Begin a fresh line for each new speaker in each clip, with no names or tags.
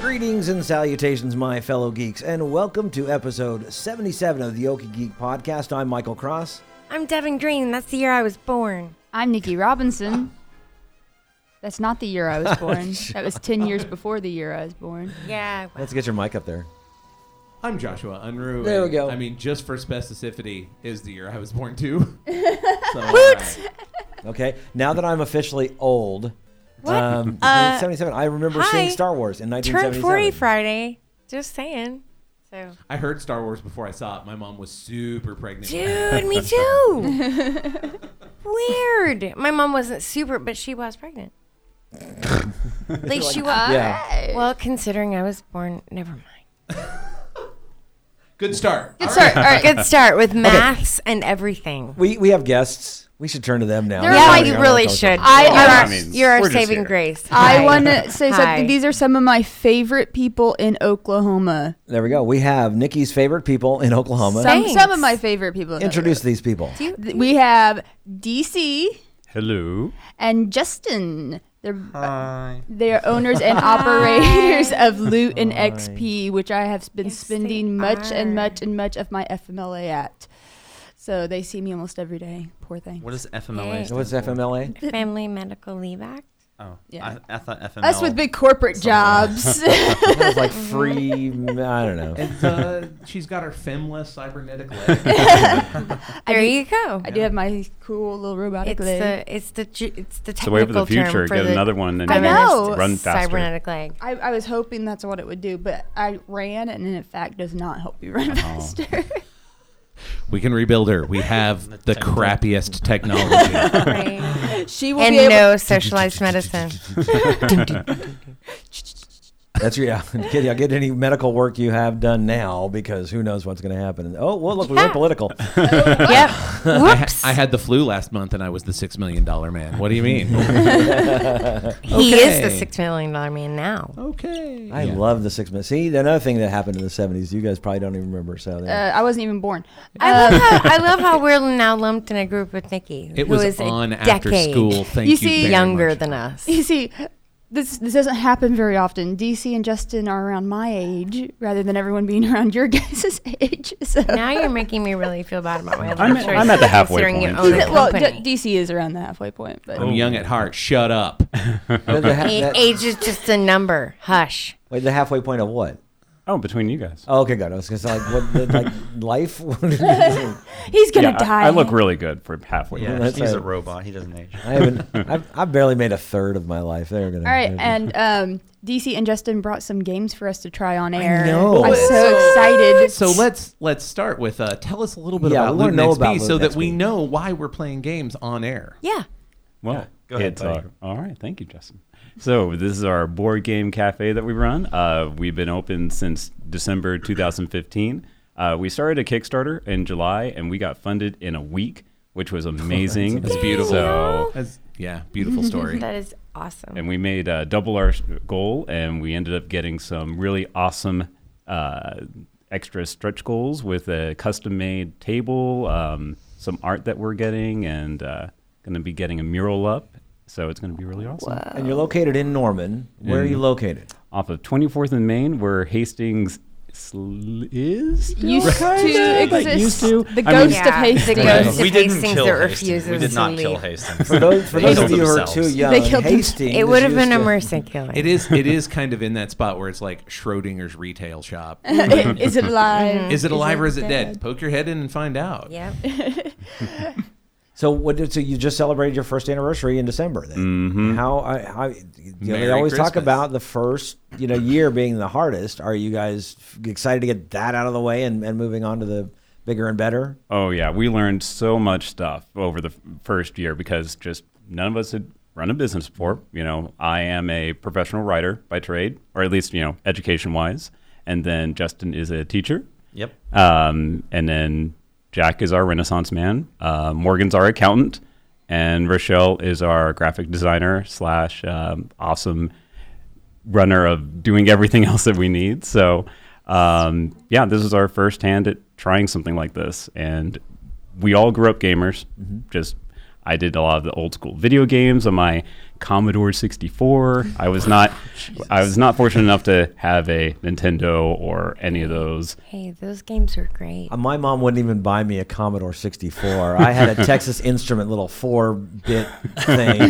Greetings and salutations, my fellow geeks, and welcome to episode 77 of the Okie Geek Podcast. I'm Michael Cross.
I'm Devin Green. and That's the year I was born.
I'm Nikki Robinson. That's not the year I was born. that was 10 years before the year I was born.
Yeah.
Let's get your mic up there.
I'm Joshua Unruh.
There we
and,
go.
I mean, just for specificity, is the year I was born too. so, uh, Woot!
Okay, now that I'm officially old,
What?
Uh,
Um, 77. I remember seeing
hi.
Star Wars in
Turned 40
1977.
Friday. Just saying. So.
I heard Star Wars before I saw it. My mom was super pregnant.
Dude, me too. Weird. My mom wasn't super, but she was pregnant. At least she was.
Yeah.
Well, considering I was born, never mind.
Good start.
Good start. All right.
Good start with maths and everything.
We, we have guests. We should turn to them now.
They're
Yeah,
like-
you really should.
I-
you're,
I
our,
mean,
you're our
we're just
saving
here.
grace.
I
Hi.
want to say
Hi.
something. These are some of my favorite people in Oklahoma.
There we go. We have Nikki's favorite people in Oklahoma.
Some,
Thanks.
some of my favorite people. in
Introduce these people.
Oklahoma. We have DC
Hello.
and Justin. They're, they're owners and operators of Loot and XP, which I have been
Yes, they
spending much
are.
and much and much of my FMLA at. So they see me almost every day. Poor thing.
What is
Hey.
FMLA?
So what's FMLA?
Family Medical Leave Act.
Oh,
Yeah.
I, I thought FML.
Us with big corporate jobs.
It was like free. I don't know.
And uh, she's got her femless cybernetic leg.
There you go.
I do have my cool little robotic
It's
leg.
the it's the ju- it's the
the way for
technical
the future.
term for
Get
the
another one and
I
then you
know.
just run faster.
cybernetic leg.
I, I was hoping that's what it would do, but I ran, and in fact, does not help you
Oh.
run faster.
we can rebuild her. We have the crappiest technology.
Right.
she will
and
be able.
no socialized medicine.
That's your, yeah. Get, yeah, get any medical work you have done now because who knows what's going to happen. Oh, well, look, we went political.
yep. Whoops.
I had the flu last month and I was the six million dollar man. What do you mean?
He is the
Okay.
six million dollar man now.
okay.
I love the six minutes. See, another thing that happened in the 70s, you guys probably don't even remember. So,
Uh,
there.
I wasn't even born.
I love how I love how we're now lumped in a group with Nikki.
It
who
was
is a
on after
decade
school. Thank you.
You see-
very
younger
much.
than us.
You see, this this doesn't happen very often. DC and Justin are around my age, rather than everyone being around your guys' age. So.
Now you're making me really feel bad about my life.
I'm at- I'm at the halfway
considering
point,
You own
so-
a
well, D-
company.
DC is around the halfway point, but
Oh,
I'm young at heart. Shut up.
Uh,
The- the ha-
A-
that-
age is just a number. Hush.
wait, the halfway point of what?
Oh, between you guys.
Oh, okay, good. I was going to say, like, what, the, like life? I
he's gonna
yeah, I-
die.
I, look really good for halfway.
Yeah,
Yeah,
that's
he's a
right.
robot. He doesn't age.
haven't, I've, I've barely made a third of my life. They're going to.
All right, and um, DC and Justin brought some games for us to try on air.
know.
I'm so excited.
So let's let's start with uh, tell us a little bit
Yeah,
about
we wanna
Loot
know
XP
about
so
Luton
that we
XP.
know why we're playing games on air.
Yeah.
Well,
Go ahead,
it's,
buddy.
uh, all right. Thank you, Justin. So this is our board game cafe that we run. Uh, we've been open since December 2015. Uh, we started a Kickstarter in July, and we got funded in a week, which was amazing.
That's beautiful.
So
That's- yeah, beautiful story.
That is awesome.
and we made uh, double our s- goal, and we ended up getting some really awesome uh, extra stretch goals with a custom-made table, um, some art that we're getting, and uh, going to be getting a mural up. So it's going to be really awesome.
And you're located in Norman. Where are you located?
Off of 24th and Main, where Hastings sl- is. still?
used to
Like,
exist.
used to?
the
I mean-
ghost of Hastings.
The ghost
we
of
didn't
Hastings
kill
that
Hastings.
refuses
We did
to
not
leave.
kill Hastings.
For those, for
They
those of
killed
you who are
themselves.
too young,
They killed them-
Hastings.
It would have
used
been a
to-
mercy killing.
It is it is kind of in that spot where it's like Schrodinger's retail shop.
is it
Mm-hmm.
alive?
Is it alive or is it dead? Poke your head in and find out.
Yep.
So what? Did, so you just celebrated your first anniversary in December. Then how? I, how you know, they
Mm-hmm. Merry
always talk
Christmas.
about the first you know year being the hardest. Are you guys f- excited to get that out of the way and, and moving on to the bigger and better?
Oh yeah, we learned so much stuff over the f- first year because just none of us had run a business before. You know, I am a professional writer by trade, or at least you know, education-wise. And then Justin is a teacher.
Yep.
Um, and then Jack is our Renaissance man. Uh, Morgan's our accountant, and Rochelle is our graphic designer slash um, awesome runner of doing everything else that we need. So, um, yeah, this is our first hand at trying something like this, and we all grew up gamers. Just I did a lot of the old school video games on my Commodore 64. I was not I was not fortunate enough to have a Nintendo or any of those.
Hey, those games are great.
Uh, My mom wouldn't even buy me a Commodore 64. I had a Texas Instrument little four-bit thing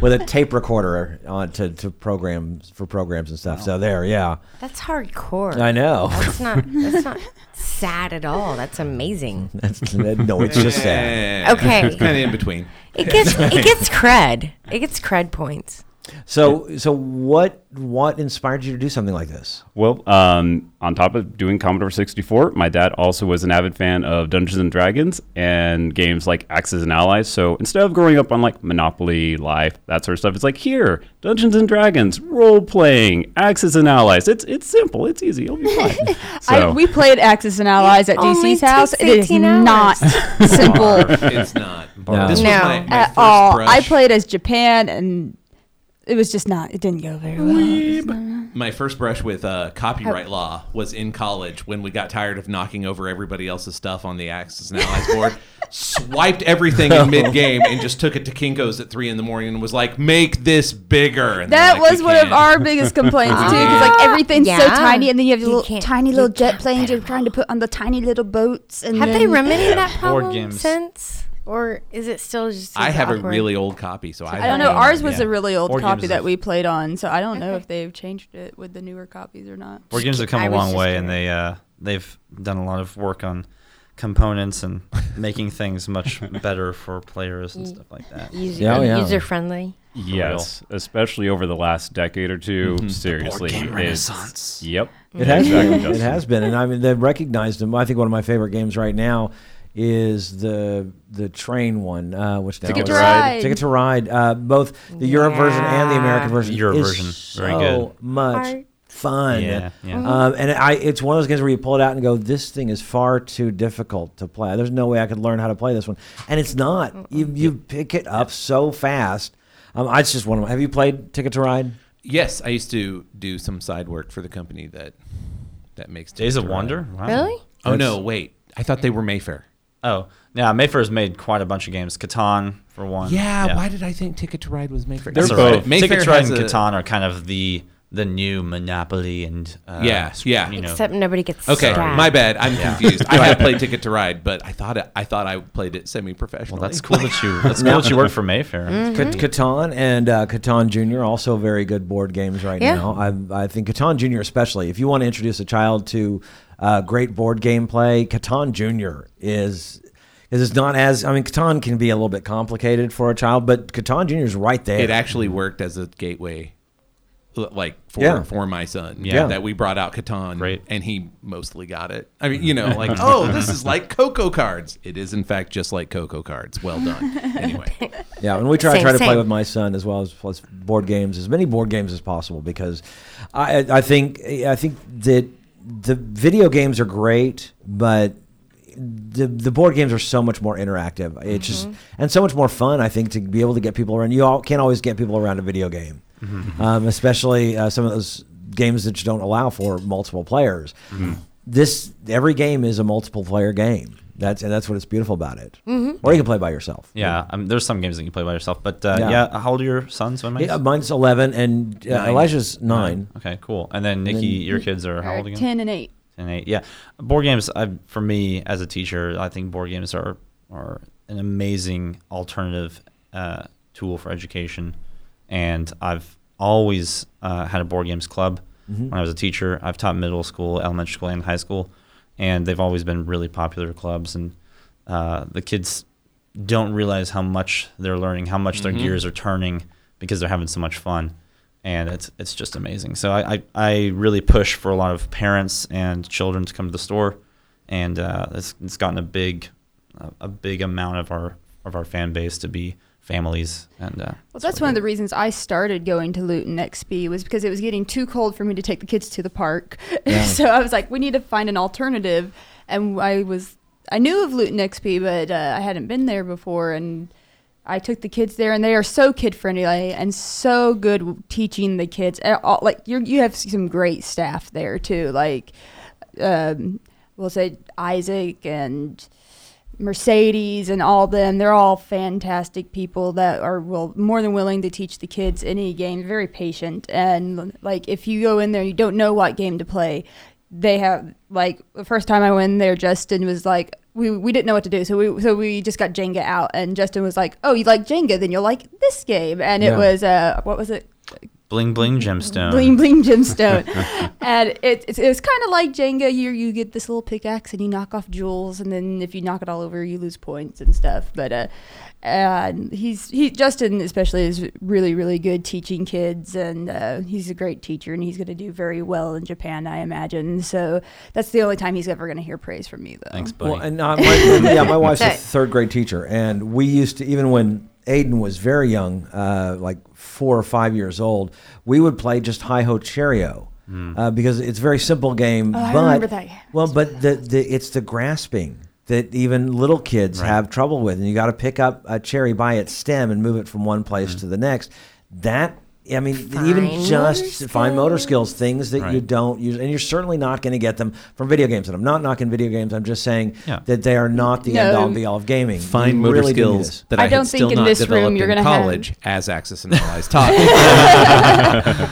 with a tape recorder on to, to programs for programs and stuff. So there, yeah,
That's hardcore.
I know.
That's not. That's not sad at all. That's amazing.
That's, no, it's just sad.
Okay.
It's kind of Eh, in between.
It gets it gets cred. It gets cred points.
So, so what what inspired you to do something like this?
Well, um, on top of doing Commodore 64, my dad also was an avid fan of Dungeons and Dragons and games like Axes and Allies. So instead of growing up on like Monopoly, Life, that sort of stuff, it's like here, Dungeons and Dragons, role playing, Axes and Allies. It's it's simple, it's easy, it'll be fine.
I, we played Axis and Allies at
only
DC's house.
takes
It is
18 hours.
not simple
It's not.
No.
This was
No.
my, my
at
first
all.
brush.
I played as Japan, and it was just not. It didn't go very well.
My first brush with uh, copyright
Oh.
law was in college when we got tired of knocking over everybody else's stuff on the Axis and Allies board, swiped everything in mid game, and just took it to Kinko's at three in the morning and was like, "Make this bigger." And they're
That
like, "We
was one of
can't."
our biggest complaints too, because like everything's so
Yeah.
tiny, and then you have the
You
little
can't-
tiny
you
little jet
can't
planes
fit
you're trying to put on the tiny little boats. And
Have they
then-
remedied that problem
games.
since, or is it still just?
I
as
have a
awkward?
really old copy, so I,
I don't know. Ours was a really old
Board
copy
games
that
is-
we played on, so I don't know if they've changed it with the newer copies or not.
Board games have
I
come a
was
long
just
way,
kidding.
and they uh, they've done a lot of work on components and making things much better for players and stuff like that.
user,
Yeah, oh, yeah.
user friendly.
yes, especially over the last decade or 2 seriously.
game
it's-
renaissance.
Yep.
It has
Exactly,
been. It
Justin.
has been, and I mean they recognized him. I think one of my favorite games right now is the the train one, uh, which
Ticket
now
to
is-
Ride.
Ticket to Ride. Uh, both the Europe version and the American
Yeah.
version.
Europe
is
version, very
so
good.
much
Art.
fun.
Yeah, yeah.
Um, and I, it's one of those games where you pull it out and go, "This thing is far too difficult to play. There's no way I could learn how to play this one." And it's not. You you pick it up so fast. Um, I- it's just one of. my- Have you played Ticket to Ride?
Yes, I used to do some side work for the company that that makes
Days of
Ticket to Ride.
Wonder. Wow.
Really?
Oh no, wait! I thought they were Mayfair.
Oh, yeah. Mayfair's made quite a bunch of games. Catan for one.
Yeah, why did I think Ticket to Ride was Mayfair?
That's
That's
all
all
right.
both-
Mayfair
Ticket to Ride
has
and
a-
Catan are kind of the the new Monopoly and uh,
Yeah,
sc-
yeah.
You know,
Except nobody gets.
Okay,
stabbed.
my bad. I'm confused. I have played Ticket to Ride, but I thought it, I thought I played it semi-professionally.
well, that's cool that you that's cool that you work for Mayfair.
Cat- Catan and uh, Catan Junior also very good board games right
Yeah.
now. I, I think Catan Junior especially. If you want to introduce a child to uh, great board game play, Catan Junior is is it's not as I mean Catan can be a little bit complicated for a child, but Catan Junior is right there.
It actually worked as a gateway, l- like for
Yeah.
for my son.
Yeah.
that we brought out Catan,
Great.
and he mostly got it. I mean, you know, like oh, this is like Coco cards. It is in fact just like Coco cards. Well done. Anyway,
Yeah, and we try
Same,
try to play
same.
with my son as well as plus board games, as many board games as possible, because I I think I think that the video games are great, but the the board games are so much more interactive. It's just
Mm-hmm.
and so much more fun. I think to be able to get people around. You all can't always get people around a video game, um, especially uh, some of those games that you don't allow for multiple players. This every game is a multiple player game. That's and that's what it's beautiful about it.
Mm-hmm.
Or you can play by yourself.
Yeah, I mean, there's some games that you can play by yourself, but uh,
Yeah.
yeah. how old are your sons? When am I-
Yeah, mine's eleven, and uh,
Nine.
Elijah's nine.
Okay, cool. And then Nikki, your kids are how old again?
Ten and eight.
Ten, eight. Yeah, board games. I, for me as a teacher, I think board games are are an amazing alternative uh, tool for education, and I've always uh, had a board games club
Mm-hmm.
when I was a teacher. I've taught middle school, elementary school, and high school, and they've always been really popular clubs. And uh, the kids don't realize how much they're learning, how much their gears are turning because they're having so much fun. And it's it's just amazing. So I, I, I really push for a lot of parents and children to come to the store, and uh, it's, it's gotten a big a- a big amount of our of our fan base to be families and uh,
Well, that's one of the reasons I started going to Luton XP was because it was getting too cold for me to take the kids to the park. so I was like, we need to find an alternative. And I was, I knew of Luton XP, but uh, I hadn't been there before. And I took the kids there, and they are so kid friendly and so good w- teaching the kids. And all- Like you, you have some great staff there too. Like, um, we'll say Isaac and Mercedes and all them. They're all fantastic people that are will more than willing to teach the kids any game. Very patient and like if you go in there, and you don't know what game to play. They have like the first time I went in there, Justin was like, we, we didn't know what to do, so we so we just got Jenga out, and Justin was like, "Oh, you like Jenga? Then you'll like this game." And
Yeah.
it was uh, what was it?
Bling bling gemstone.
Bling bling gemstone, and it, it's it's kind of like Jenga. You you get this little pickaxe and you knock off jewels, and then if you knock it all over, you lose points and stuff. But uh, and he's he Justin especially is really really good teaching kids, and uh, he's a great teacher, and he's going to do very well in Japan, I imagine. So that's the only time he's ever going to hear praise from me, though.
Thanks, buddy.
Well, and uh, my, yeah, my wife's a
Okay.
third grade teacher, and we used to even when Aiden was very young, uh, like four or five years old, we would play just Hi Ho Cheerio. Uh, because it's a very simple game,
I
but
remember that, yeah.
well, but the, the it's the grasping that even little kids have trouble with, and you got to pick up a cherry by its stem and move it from one place to the next. That I mean, even
Fine
just
motor
fine motor skills
skills.
skills, things that you
Right.
don't use, and you're certainly not going to get them from video games. And I'm not knocking video games. I'm just saying
Yeah.
that they are not the
No.
end all be all of gaming.
Fine
You
motor
really do need
skills
this.
that
I
I,
don't
had still
think in
not
this room
developed
you're
in
gonna have-
college as Axis and Allies taught.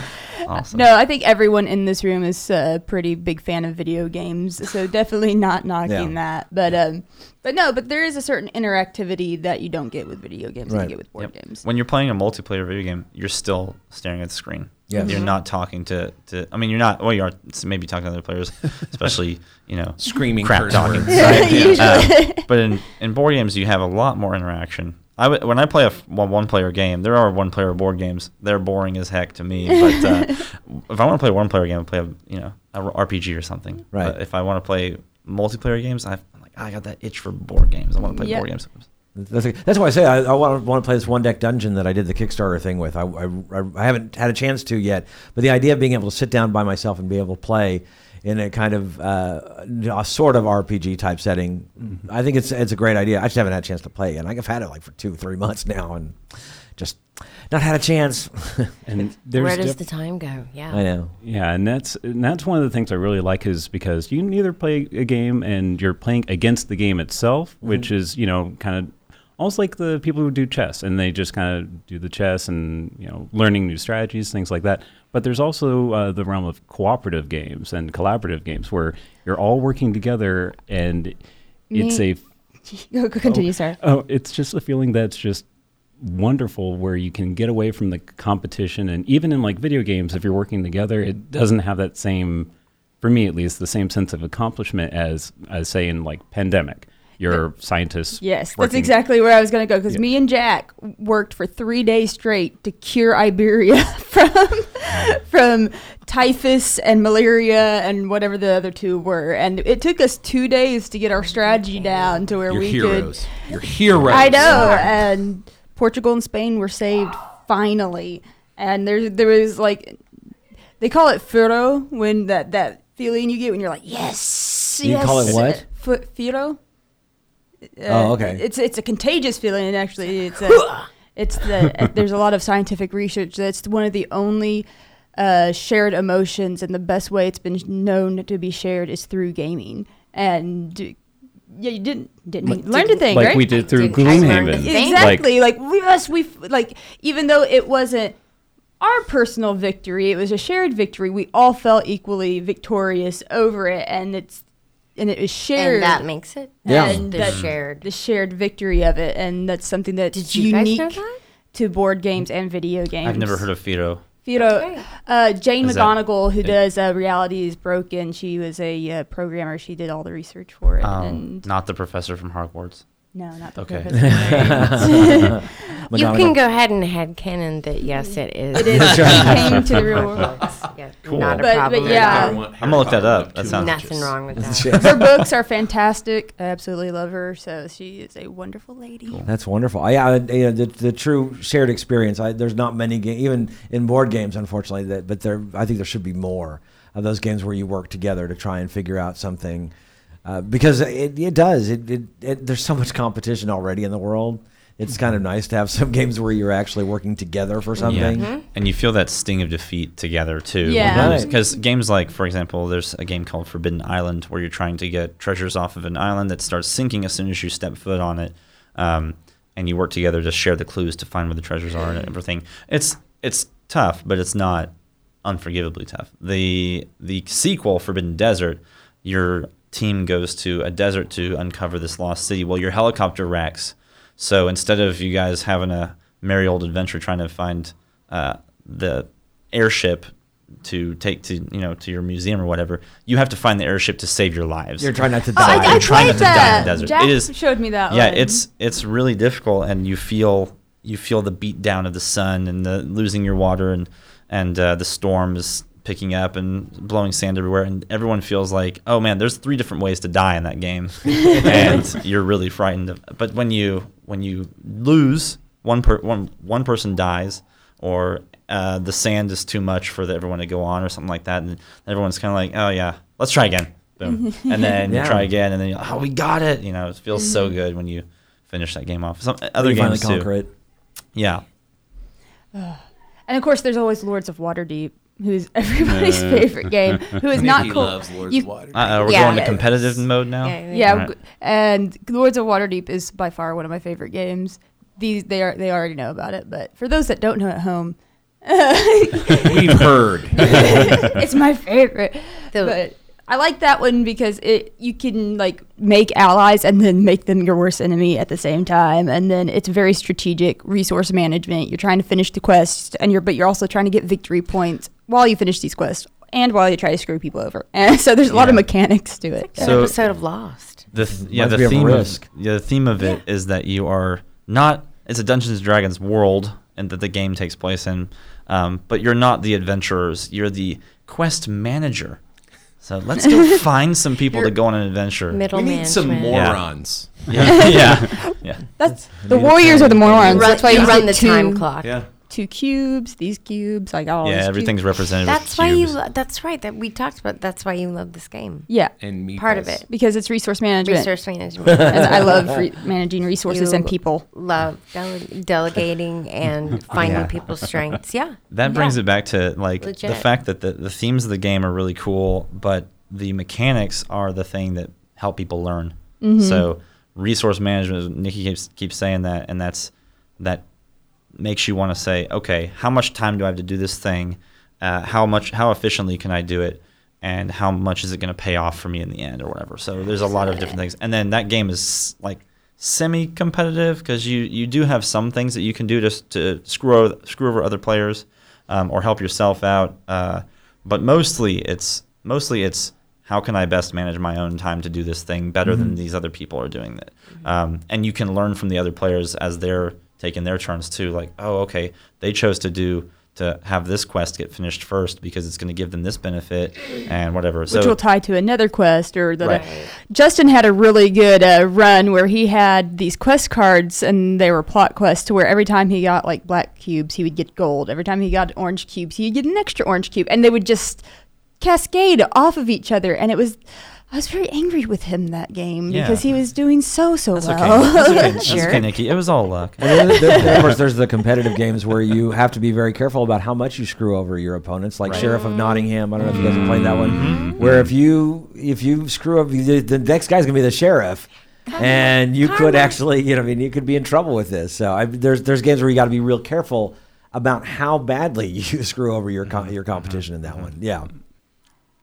awesome.
No, I think everyone in this room is a pretty big fan of video games, so definitely not knocking
Yeah.
that. But um, but no, but there is a certain interactivity that you don't get with video games that
Right.
you get with board
Yep.
games.
When you're playing a multiplayer video game, you're still staring at the screen.
Yes.
Mm-hmm.
You're not talking to, to I mean you're not well you are maybe talking to other players, especially, you know,
Screaming
crap
curse
talking.
words.
right?
Yeah.
Uh, but in, in board games you have a lot more interaction. I w- when I play a f- one, one player game, there are one player board games. They're boring as heck to me. But uh, if I want to play a one player game, I play a you know a r- RPG or something.
Right.
But if I want to play multiplayer games, I've, I'm like I got that itch for board games. I want to play
Yeah.
board games.
That's, that's why I say I, I want, to play this one deck dungeon that I did the Kickstarter thing with. I, I, I- I haven't had a chance to yet, but the idea of being able to sit down by myself and be able to play in a kind of uh, a sort of RPG type setting,
Mm-hmm.
I think it's it's a great idea. I just haven't had a chance to play it. Like, I've had it like for two three months now, and just not had a chance.
And there's
Where does
diff-
the time go? Yeah.
I know.
Yeah, and that's and that's one of the things I really like is because you can either play a game and you're playing against the game itself, which is you know kind of almost like the people who do chess and they just kind of do the chess and you know learning new strategies, things like that. But there's also uh, the realm of cooperative games and collaborative games where you're all working together and it's
Me-
a
Go go Continue, sir.
Oh, it's just a feeling that's just wonderful where you can get away from the competition. And even in like video games, if you're working together, it doesn't have that same, for me at least, the same sense of accomplishment as, as say, in like Pandemic. Your scientists.
Yes, that's
working-
exactly where I was going to go because
Yeah.
me and Jack worked for three days straight to cure Iberia from from typhus and malaria and whatever the other two were, and it took us two days to get our strategy down to where
You're
we
heroes.
could.
You're heroes.
I know, and Portugal and Spain were saved finally, and there there was like they call it furo when that that feeling you get when you're like yes,
You
yes.
call it what?
Fu- furo.
Uh,
Oh, okay.
It's it's a contagious feeling, and actually, it's a, it's the there's a lot of scientific research that's one of the only uh, shared emotions, and the best way it's been known to be shared is through gaming. And yeah, you didn't didn't
Like-
learn a thing,
like
right?
we did through
Did I learn
Gloomhaven.
the thing?
Like-
Exactly. Like, we us we like even though it wasn't our personal victory, it was a shared victory. We all felt equally victorious over it and it's and it was shared.
And that makes it.
Yeah.
And the
That-
shared.
the shared victory of it and that's something that's
Did you guys know
unique
that?
to board games and video games.
I've never heard of Fido.
You know, uh, Jane
Is that-
McGonigal, who does uh, Reality is Broken, she was a uh, programmer. She did all the research for it.
Um,
and
not the professor from Hogwarts.
no, not the
Okay.
professor.
You
Madonna-
can go ahead and head canon that yes, it is. It
is. Came to the real world.
Yeah, Not a
But- but
problem. at
yeah.
all.
I'm gonna look that up. That sounds
Nothing wrong with that.
her books are fantastic. I absolutely love her. So she is a wonderful lady.
That's wonderful. I, I you know, the, the true shared experience. I, there's not many ga- even in board games, unfortunately. That, but there, I think there should be more of those games where you work together to try and figure out something, uh, because it, it does. It, it, it there's so much competition already in the world It's kind of nice to have some games where you're actually working together for something.
Mm-hmm.
And you feel that sting of defeat together too.
Yeah.
Right.
Because games like, for example, there's a game called Forbidden Island where you're trying to get treasures off of an island that starts sinking as soon as you step foot on it. Um, and you work together to share the clues to find where the treasures are and everything. It's it's tough, but it's not unforgivably tough. The the sequel, Forbidden Desert, your team goes to a desert to uncover this lost city. Well, your helicopter wrecks. So instead of you guys having a merry old adventure trying to find uh, the airship to take to you know to your museum or whatever, you have to find the airship to save your lives.
You're trying not to
Oh,
die.
I, I
You're trying
played
not to die in
that.
the desert.
Jack
It is-
showed me that.
yeah,
one.
it's it's really difficult, and you feel you feel the beat down of the sun and the losing your water and and uh, the storms picking up and blowing sand everywhere, and everyone feels like, oh man, there's three different ways to die in that game, and you're really frightened. Of, but when you when you lose, one per one one person dies, or uh, the sand is too much for the, everyone to go on, or something like that, and everyone's kind of like, oh yeah, let's try again. Boom. And then
Yeah.
you try again again, and then you're like, oh, we got it. You know, it feels
Mm-hmm.
so good when you finish that game off. Some other
You finally
games too.
conquer it.
Yeah,
and of course, there's always Lords of Waterdeep, who's everybody's
Yeah.
favorite game. Who is not
he
cool.
loves Lords
You-
of Water.
uh, we're
Yeah.
going to
Yeah.
competitive mode now.
Yeah,
Yeah,
Right.
g- and Lords of Waterdeep is by far one of my favorite games. These they are they already know about it, but for those that don't know at home,
We've heard.
it's my favorite.
The-
but I like that one because it you can like make allies and then make them your worst enemy at the same time, and then it's very strategic resource management. You're trying to finish the quest, and you're but you're also trying to get victory points while you finish these quests and while you try to screw people over. And so there's a lot of
Yeah.
mechanics to it.
An
So-
episode of Lost.
The th- yeah,
Reminds
the
me of
theme
Risk.
of yeah, the theme of it is that you are not. It's a Dungeons and Dragons world, and that the game takes place in. Um, but you're not the adventurers. You're the quest manager. So let's go find some people to
You're
go on an adventure.
Middle
we need some
management.
morons.
Yeah, yeah, yeah.
That's the warriors are the morons.
Run,
That's why you
you run the
get two-
time clock.
Yeah.
two cubes, these cubes, like all.
Yeah,
these
everything's
cubes.
represented. with
That's why you.
cubes.
Lo- that's right. That we talked about. That's why you love this game.
Yeah,
And me.
Part of it.
because it's resource management.
Resource management.
And I love re- managing resources and
You-
people.
love dele- delegating and finding people's strengths. Yeah.
That brings
Yeah.
it back to like the
Legit.
fact that the, the themes of the game are really cool, but the mechanics are the thing that help people learn.
Mm-hmm.
So resource management, Nikki keeps keeps saying that, and that's that makes you want to say, okay, how much time do I have to do this thing? Uh, how much? How efficiently can I do it? And how much is it going to pay off for me in the end, or whatever? So there's a lot of different things, and then that game is like semi-competitive because you you do have some things that you can do just to screw over, screw over other players um, or help yourself out. Uh, but mostly it's mostly it's how can I best manage my own time to do this thing better than these other people are doing it? Um, and you can learn from the other players as they're taking their turns too. Like, oh, okay, they chose to do to have this quest get finished first because it's going to give them this benefit and whatever.
which
so
will tie to another quest or the,
Right.
Justin had a really good uh, run where he had these quest cards and they were plot quests to where every time he got like black cubes he would get gold every time he got orange cubes he'd get an extra orange cube and they would just cascade off of each other and it was I was very angry with him that game
Yeah.
because he was doing so so
that's okay.
well
That's okay. That's
Jerk.
okay, Nikki. It was all luck.
And then there- there- of course, there's the competitive games where you have to be very careful about how much you screw over your opponents, like
Right. Mm-hmm.
Sheriff of Nottingham. I don't know if you guys have played that one,
Mm-hmm.
where if you if you screw up, the, the next guy's gonna be the sheriff, and you could actually, you know, I mean, you could be in trouble with this. So I, there's there's games where you got to be real careful about how badly you screw over your co your competition in that one. Yeah,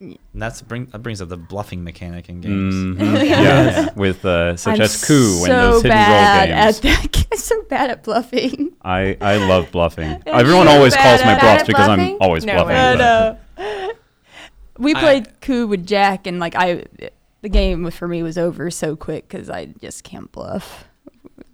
And that's bring that brings up the bluffing mechanic in games.
yeah, with uh, such
I'm
as coup and
so
those hidden
bad
roll games.
at that I'm so bad at bluffing
I, I love bluffing. Everyone always
bad
calls
at-
my
bad
bluffs
at
because I'm
bluffing?
always
No
bluffing.
way.
But
but-
uh, we
I-
played coup with Jack, and like I, the game for me was over so quick because I just can't bluff.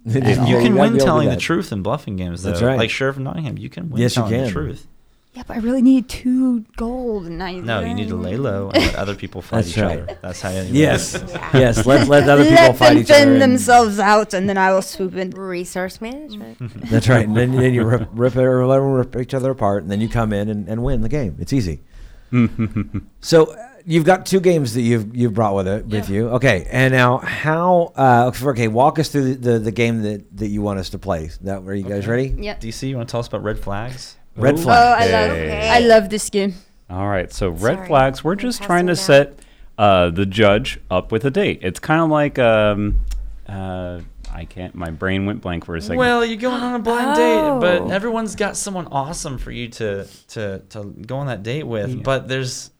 Yeah,
You
gotta
can
be able
win
to
telling
do
the
that.
truth in bluffing games, though.
That's right.
Like Sheriff of Nottingham, you can win
Yes, you
telling the
can.
truth.
Yeah, but I really need two gold, and I
No, you need to lay low and let other people fight
That's
each
right.
other. That's how you
Yes, yes. Let let other people
Let
fight
them
each other.
fend
and-
themselves out, and then I will swoop in.
Resource management.
That's right. And then, then you rip, rip, everyone rip each other apart, and then you come in and, and win the game. It's easy. so, uh, you've got two games that you've you've brought with it with you. Okay, and now how? Uh, okay, walk us through the, the, the game that, that you want us to play. That are you guys
Okay.
ready?
Yep.
DC, you want to tell us about red flags?
Red
Ooh.
Oh,
flag.
I love,
Okay.
I love this game.
All right. So red
Sorry.
flags. We're
I'm
just
passing
trying to
it
set uh, the judge up with a date. It's kind of like um, uh, I can't. My brain went blank for a second.
Well, you're going on a blind
Oh.
date, but everyone's got someone awesome for you to to to go on that date with.
Yeah.
But there's,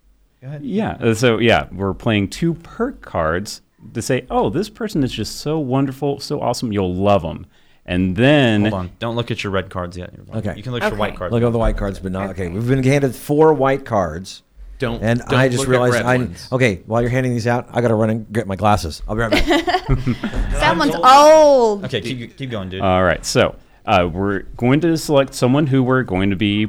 go ahead.
yeah. uh, So yeah, we're playing two perk cards to say, oh, this person is just so wonderful, so awesome. You'll love them. And then
Hold on, don't look at your red cards yet. You're blind.
Okay.
you can look at
Okay.
your white cards.
Look over the white cards, but not okay. We've been handed four white cards,
Don't.
and
don't
I just
look at
realized
red
I
ones.
okay. While you're handing these out, I gotta run and get my glasses. I'll be right back.
Someone's old.
Okay, keep, keep going, dude.
All right. So uh, we're going to select someone who we're going to be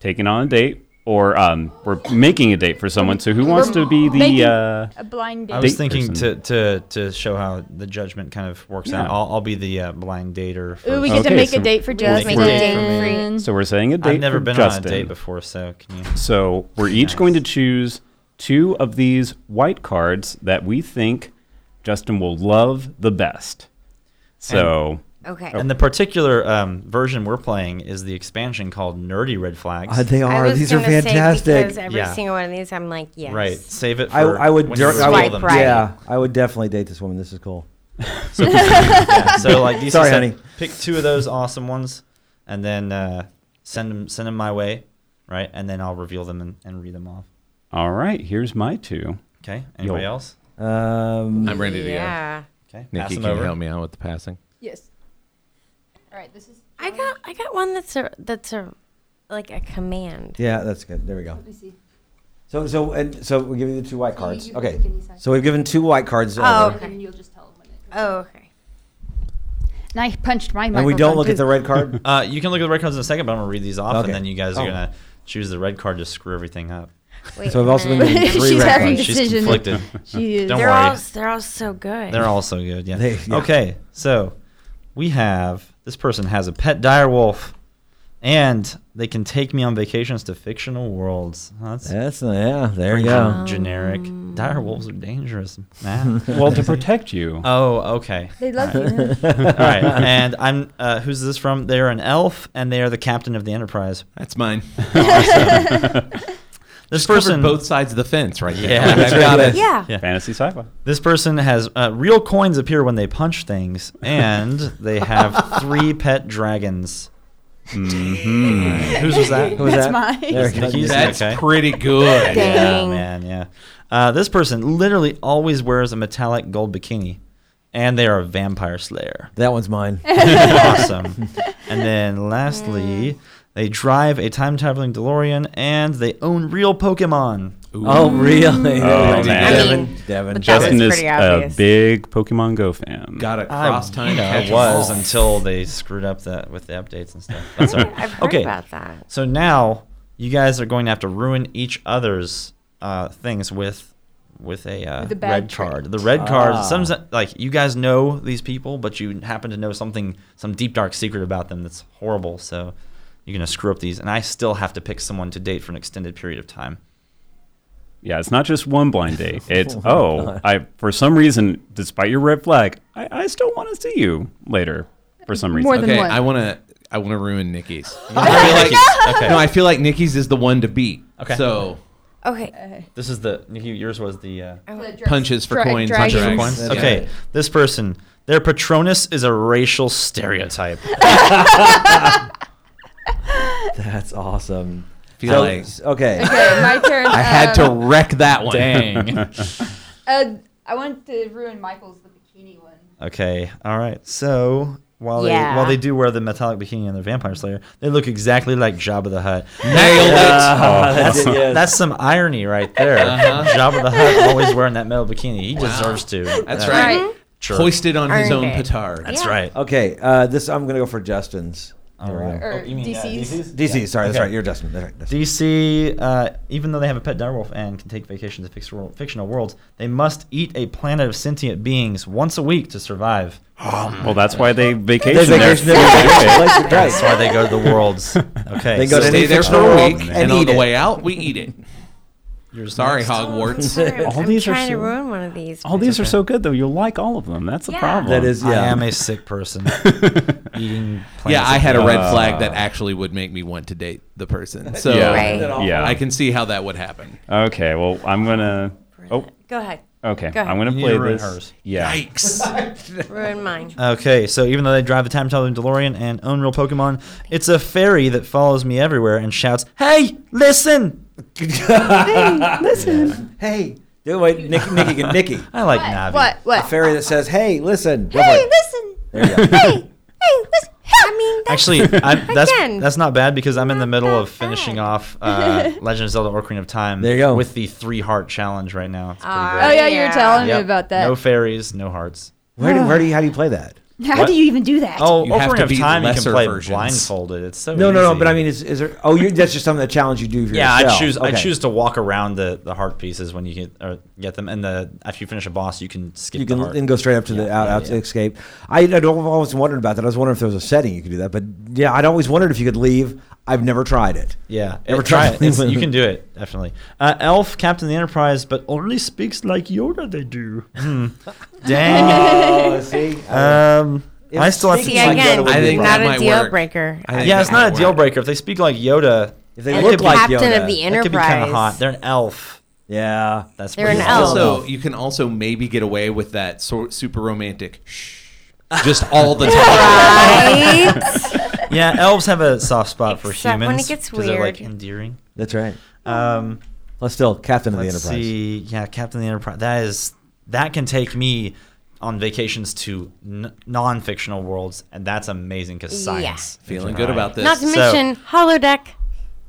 taking on a date, or um, we're making a date for someone. So who wants to be
making-
the? Uh,
A blind
I
date.
was
date
thinking to,
person.
to to show how the judgment kind of works out.
Yeah.
I'll, I'll be the uh, blind dater.
Ooh, we
first.
get
Okay,
to make
so
a date for
let's
Justin.
make a date
for
so we're saying a date.
I've never
for
been
Justin.
on a date before, so can you?
So we're each
Nice.
going to choose two of these white cards that we think Justin will love the best. So
Okay.
And the particular um, version we're playing is the expansion called Nerdy Red Flags.
Uh, they
I
are.
was
These are
gonna say,
fantastic.
because every
Yeah.
single one of these, I'm like, yes.
Right. Save it. For
I, I would,
when
dur-
you
I
reveal
would
Swipe
them.
right.
yeah, I would definitely date this woman. This is cool.
Yeah, so like these
Sorry,
said,
honey.
pick two of those awesome ones and then uh, send them send them my way right and then i'll reveal them and, and read them off
all right, here's my two.
okay anybody
Yo.
else
Um,
I'm ready to go.
Yeah.
okay pass
Nikki,
them
can
over
you help me out with the passing?
Yes. All right, this is.
I got I got one that's a that's a like a command.
yeah, that's good. There we go.
Let me see.
So, so, and so we give you the two white cards.
you can
Okay.
pick any side.
So we've given two white cards.
Oh,
over.
okay.
And you'll just tell them when it.
Oh, okay.
And I punched my
And we don't look at the red card.
uh, you can look at the red cards in a second but i'm gonna read these off
Okay.
and then you guys
Oh.
are gonna choose the red card to screw everything up
Wait
So
a
I've also been
minute.
given three
She's
red
having
cards.
She's
decision.
conflicted.
She is.
Don't
they're
worry.
all they're all so good.
they're also good yeah.
They- yeah.
okay so we have this person has a pet dire wolf and they can take me on vacations to fictional worlds that's
That's yeah. There you
pretty
go.
generic dire wolves are dangerous man
Well, to protect you.
Oh, okay.
They love
All right.
you.
All right. And I'm uh, who's this from? They're an elf and they are the captain of the Enterprise.
That's mine.
This
Covered
person
both sides of the fence, right there.
Yeah,
I've
that's
got
right.
it.
yeah.
Yeah.
Fantasy sci-fi.
This person has uh, real coins appear when they punch things and they have three pet dragons.
Mm-hmm.
Mhm.
Who's was that?
Who was
That's
that?
mine.
There we go.
Nikki's?
That's
Okay.
pretty good.
Yeah.
Yeah,
Dang.
man, yeah. Uh, this person literally always wears a metallic gold bikini and they are a vampire slayer.
That one's mine.
Oh, awesome. And then lastly, they drive a time traveling DeLorean and they own real Pokemon.
Ooh.
Oh really?
Oh, man.
Devin,
I mean,
Devin.
but that
Justin
was
is
pretty
a
obvious.
uh, big Pokemon Go fan.
Got a
I
cross time.
you know,
catch
it was
ball.
until they screwed up that with the updates and stuff. That's all right.
I've heard
okay,
about that.
so now you guys are going to have to ruin each other's uh, things with with a uh,
With a bad
red
trick.
card. The red card.
Ah.
Some like you guys know these people, but you happen to know something, some deep dark secret about them that's horrible. So you're gonna screw up these, and I still have to pick someone to date for an extended period of time.
Yeah, it's not just one blind date. It's
Oh my
oh,
God.
I for some reason, despite your red flag, I, I still want to see you later. For some reason,
More than
Okay,
one.
I want to. I want to ruin Nikki's.
I feel like, okay.
No, I feel like Nikki's is the one to beat.
Okay.
So
Okay.
This is the Nikki. Yours was the. Uh,
punches for
Dra-
coins.
dragons.
punches for
Dragons.
coins.
That's
okay,
right.
this person, their Patronus is a racial stereotype.
That's awesome.
Feel
So-
like-
okay.
Okay, my turn.
I had to wreck that one.
Uh, I want to ruin Michael's the bikini one.
okay, all right. So while
Yeah.
they while they do wear the metallic bikini and their vampire slayer, they look exactly like Jabba the Hutt.
Nailed it.
Ah, that's
That's,
it, yes.
that's some irony right there.
Uh-huh.
Jabba the Hutt always wearing that metal bikini. He deserves to.
That's
Uh,
right.
Mhm.
Sure.
Hoisted on his
Earned
own
it.
petard.
That's
Yeah.
right.
okay. Uh, this I'm gonna go for Justin's.
All
There we
right.
go.
Or
you mean, yeah,
DC's.
DC. Sorry, that's
Okay.
right. You're Justin. That's right. That's
DC, uh, even though they have a pet direwolf and can take vacations to fictional, fictional worlds, they must eat a planet of sentient beings once a week to survive.
well, that's why they vacation.
They
there.
vacation every day. Like, right.
That's why they go to the worlds. Okay.
They go
So
to
stay
any
there for
fictional
a
world
week,
and
and on
eat
the
it.
way out, we eat it.
Yours
Sorry,
next.
Oh.
Hogwarts.
Sorry,
All
I'm
these are
trying to
so-
ruin one of these.
All these are so good though. You'll like all of them. That's the
Yeah.
problem.
That is, yeah.
I am a sick person. Eating plants.
yeah, I had a red
Uh,
flag that actually would make me want to date the person. So
yeah.
Right.
Yeah.
I can see how that would happen.
okay. Well, I'm gonna. Oh,
Go ahead,
okay.
Go ahead.
I'm gonna
You need
play
to ruin
this.
hers.
Yeah.
Yikes.
ruin mine.
Okay, so even though they drive a time traveling DeLorean and own real Pokemon, it's a fairy that follows me everywhere and shouts, "Hey, listen!"
Hey, dude, wait, Nikki, Nikki, Nikki, Nikki.
I like
What?
Navi.
What?
A
What?
fairy that says, "Hey, listen." Go for
Hey,
it.
listen.
There you go.
Hey, hey, listen. I mean, that's
Actually, I, that's
Again.
that's not bad because I'm in the middle of
that bad.
finishing off uh, Legend of Zelda: Ocarina of Time.
There you go.
with the three heart challenge right now. It's pretty
Ah.
Oh
great.
yeah, you were
Yeah.
telling
Yep.
me about that.
No fairies, no hearts.
Where do, where do you, how do you play that?
How
What?
do you even do that?
Oh,
You
Ocarina
have to
of
beat
Time you can
lesser
play
versions.
blindfolded. It's so
No, no, no.
easy.
But I mean, is, is there? Oh, you're, that's just something that challenge you do for
Yeah,
yourself.
I choose. I
Okay.
choose to walk around the, the heart pieces when you get or get them, and the after you finish a boss, you can skip.
You can
the heart.
and go straight up to the out,
yeah,
out to
yeah.
escape. I I'd always wondered about that. I was wondering if there was a setting you could do that. But yeah, I'd always wondered if you could leave. I've never tried it.
Yeah,
Never
ever
tried
try it.
it.
It's- you can do it definitely. Uh, Elf, Captain of the Enterprise, but only speaks like Yoda. They do. Hmm. Dang.
Oh, see.
um,
If
I still have to
See,
speaking like
try.
Yoda
again,
would
I
be
think
fun.
not
that
a
might
deal
work.
breaker.
I think
Yeah, it's
that
not a
might
deal
work.
breaker if they speak like Yoda.
if they
And the
that
look
could be-
like
captain
Yoda,
of the
that could be kind
Enterprise.
of hot. They're an elf.
yeah,
That's
They're
pretty
an
cool.
elf.
Also, you can also maybe get away with that sor- super romantic shh just all the time.
Right?
yeah, elves have a soft spot for
Except
humans
when it gets
'cause they're like
weird.
endearing.
that's right.
Um,
Let's still captain of the
Let's
enterprise.
see. Yeah, Captain of the Enterprise. That is that can take me on vacations to n- non-fictional worlds, and that's amazing because
Yeah.
science.
Feeling good about this.
not to
So-
mention holodeck.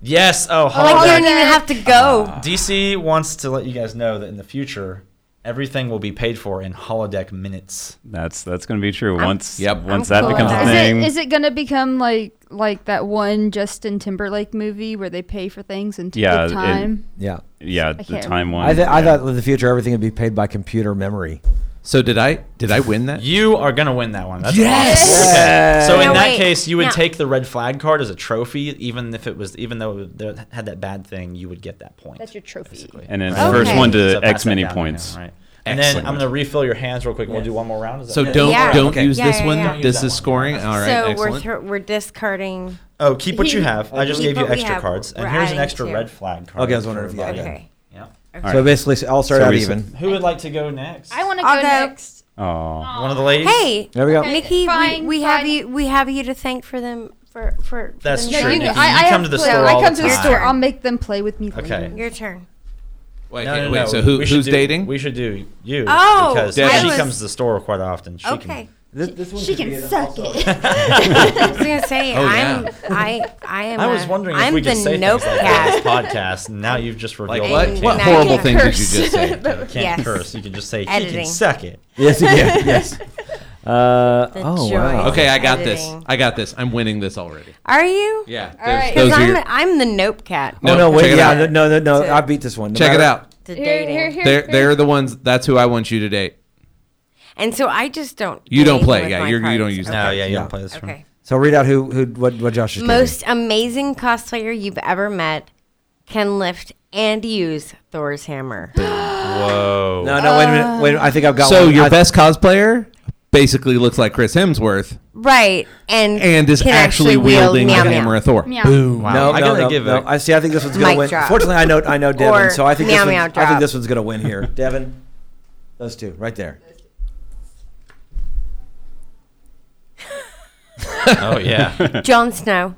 Yes. Oh,
Like you
holodeck.
don't even have to go.
DC wants to let you guys know that in the future, everything will be paid for in holodeck minutes.
That's that's gonna be true. once
Yep.
once
I'm
that
cool with
becomes
that.
a
Is
thing.
it, is it gonna become like like that one Justin Timberlake movie where they pay for things in t-
Yeah,
good
it-
time?
yeah,
yeah,
I
the
can't
time one.
I, th- I
yeah.
thought in the future everything would be paid by computer memory.
so did I did I win that?
You are gonna win that one. That's
Yes!
awesome. Okay. So in
No,
that
wait.
case, you would
No.
take the red flag card as a trophy, even if it was, even though it had that bad thing, you would get that point.
That's your trophy.
and it's
Okay.
the first one to
So pass
X
that
many
down
points.
right now, right. And then
Excellent.
I'm gonna refill your hands real quick. We'll do one more round. Is that
So
okay?
don't
Yeah.
don't
Okay.
use
Yeah,
this
yeah,
one.
yeah. Don't use
This
that
is
one.
scoring. All right,
so we're
excellent.
thro- we're discarding.
Oh, keep what you have. I just
Keep
gave you
what we
extra
have.
cards, and
We're
here's an
adding
extra
two.
red flag card.
Okay, I was wondering if you had
Yeah.
Okay.
Yeah.
So basically, I'll start
So
out
we-
even.
Who would like to go next?
I want to go
I'll go.
next.
Oh,
one of the ladies.
Hey,
There we go.
Nikki, we,
Fine,
we have
fine.
you. We have you to thank for them for for. for
That's
them
true.
joining.
Nikki,
I,
you
I
come
have
to the
to-
store
I
all
come
the
to the
time.
store. I'll make them play with me.
Okay.
later.
Your turn.
Wait, wait, wait, so who,
we should
who's
do-
dating?
We should do you.
Oh,
because
I
she
was-
comes to the store quite often. She
Okay.
This, this one
She
could be
can
an-
suck
also-
it.
I was gonna say
Oh,
I'm
yeah.
I I am.
Can. I was
a-
wondering
I'm
if we could
the
say
nope
things like
cat.
that on this podcast. and Now you've just
like
revealed that
what?
you
What
Now
can't-
you
horrible
can
thing did you
curse.
just say?
you can't
Yes.
curse. You can just say he can
Editing.
suck it.
Yes, again. Yes. Uh,
The
oh
joy.
wow.
Okay, I got this.
Editing.
I got this. I'm winning this already.
Are you?
Yeah.
All right.
those
Because
are
I'm
your-
the- I'm the nope cat.
Oh no!
Nope, check
Wait,
it
yeah,
out.
no, no, no, no,
To-
I beat this one. No
Check it
matter-
out.
To
Here,
dating.
here, here.
They're
here.
they're the ones. That's who I want you to date.
And so I just don't.
You don't
anything
play,
with
yeah,
my
you're- you
cards.
don't use
No,
Okay.
yeah, you
Yeah.
don't play this one.
Okay.
So read out who who what what Josh is
Most amazing cosplayer you've ever met can lift and use Thor's hammer.
Whoa.
No, no, wait a minute. Wait, a minute. I think I've got
So
one.
your
I-
best cosplayer basically looks like Chris Hemsworth
right. And
and is
can
actually
wield
wielding the
meow, meow.
hammer of Thor.
Meow.
Wow.
No,
I
no,
gotta
no,
give
no.
it.
I see. I think this one's gonna
Mic
win.
drop.
Fortunately, I know I know Devin,
Or
so I think
meow,
this
meow,
one's, I think
drop.
this one's gonna win here. Devin, those two right there.
Oh yeah.
Jon Snow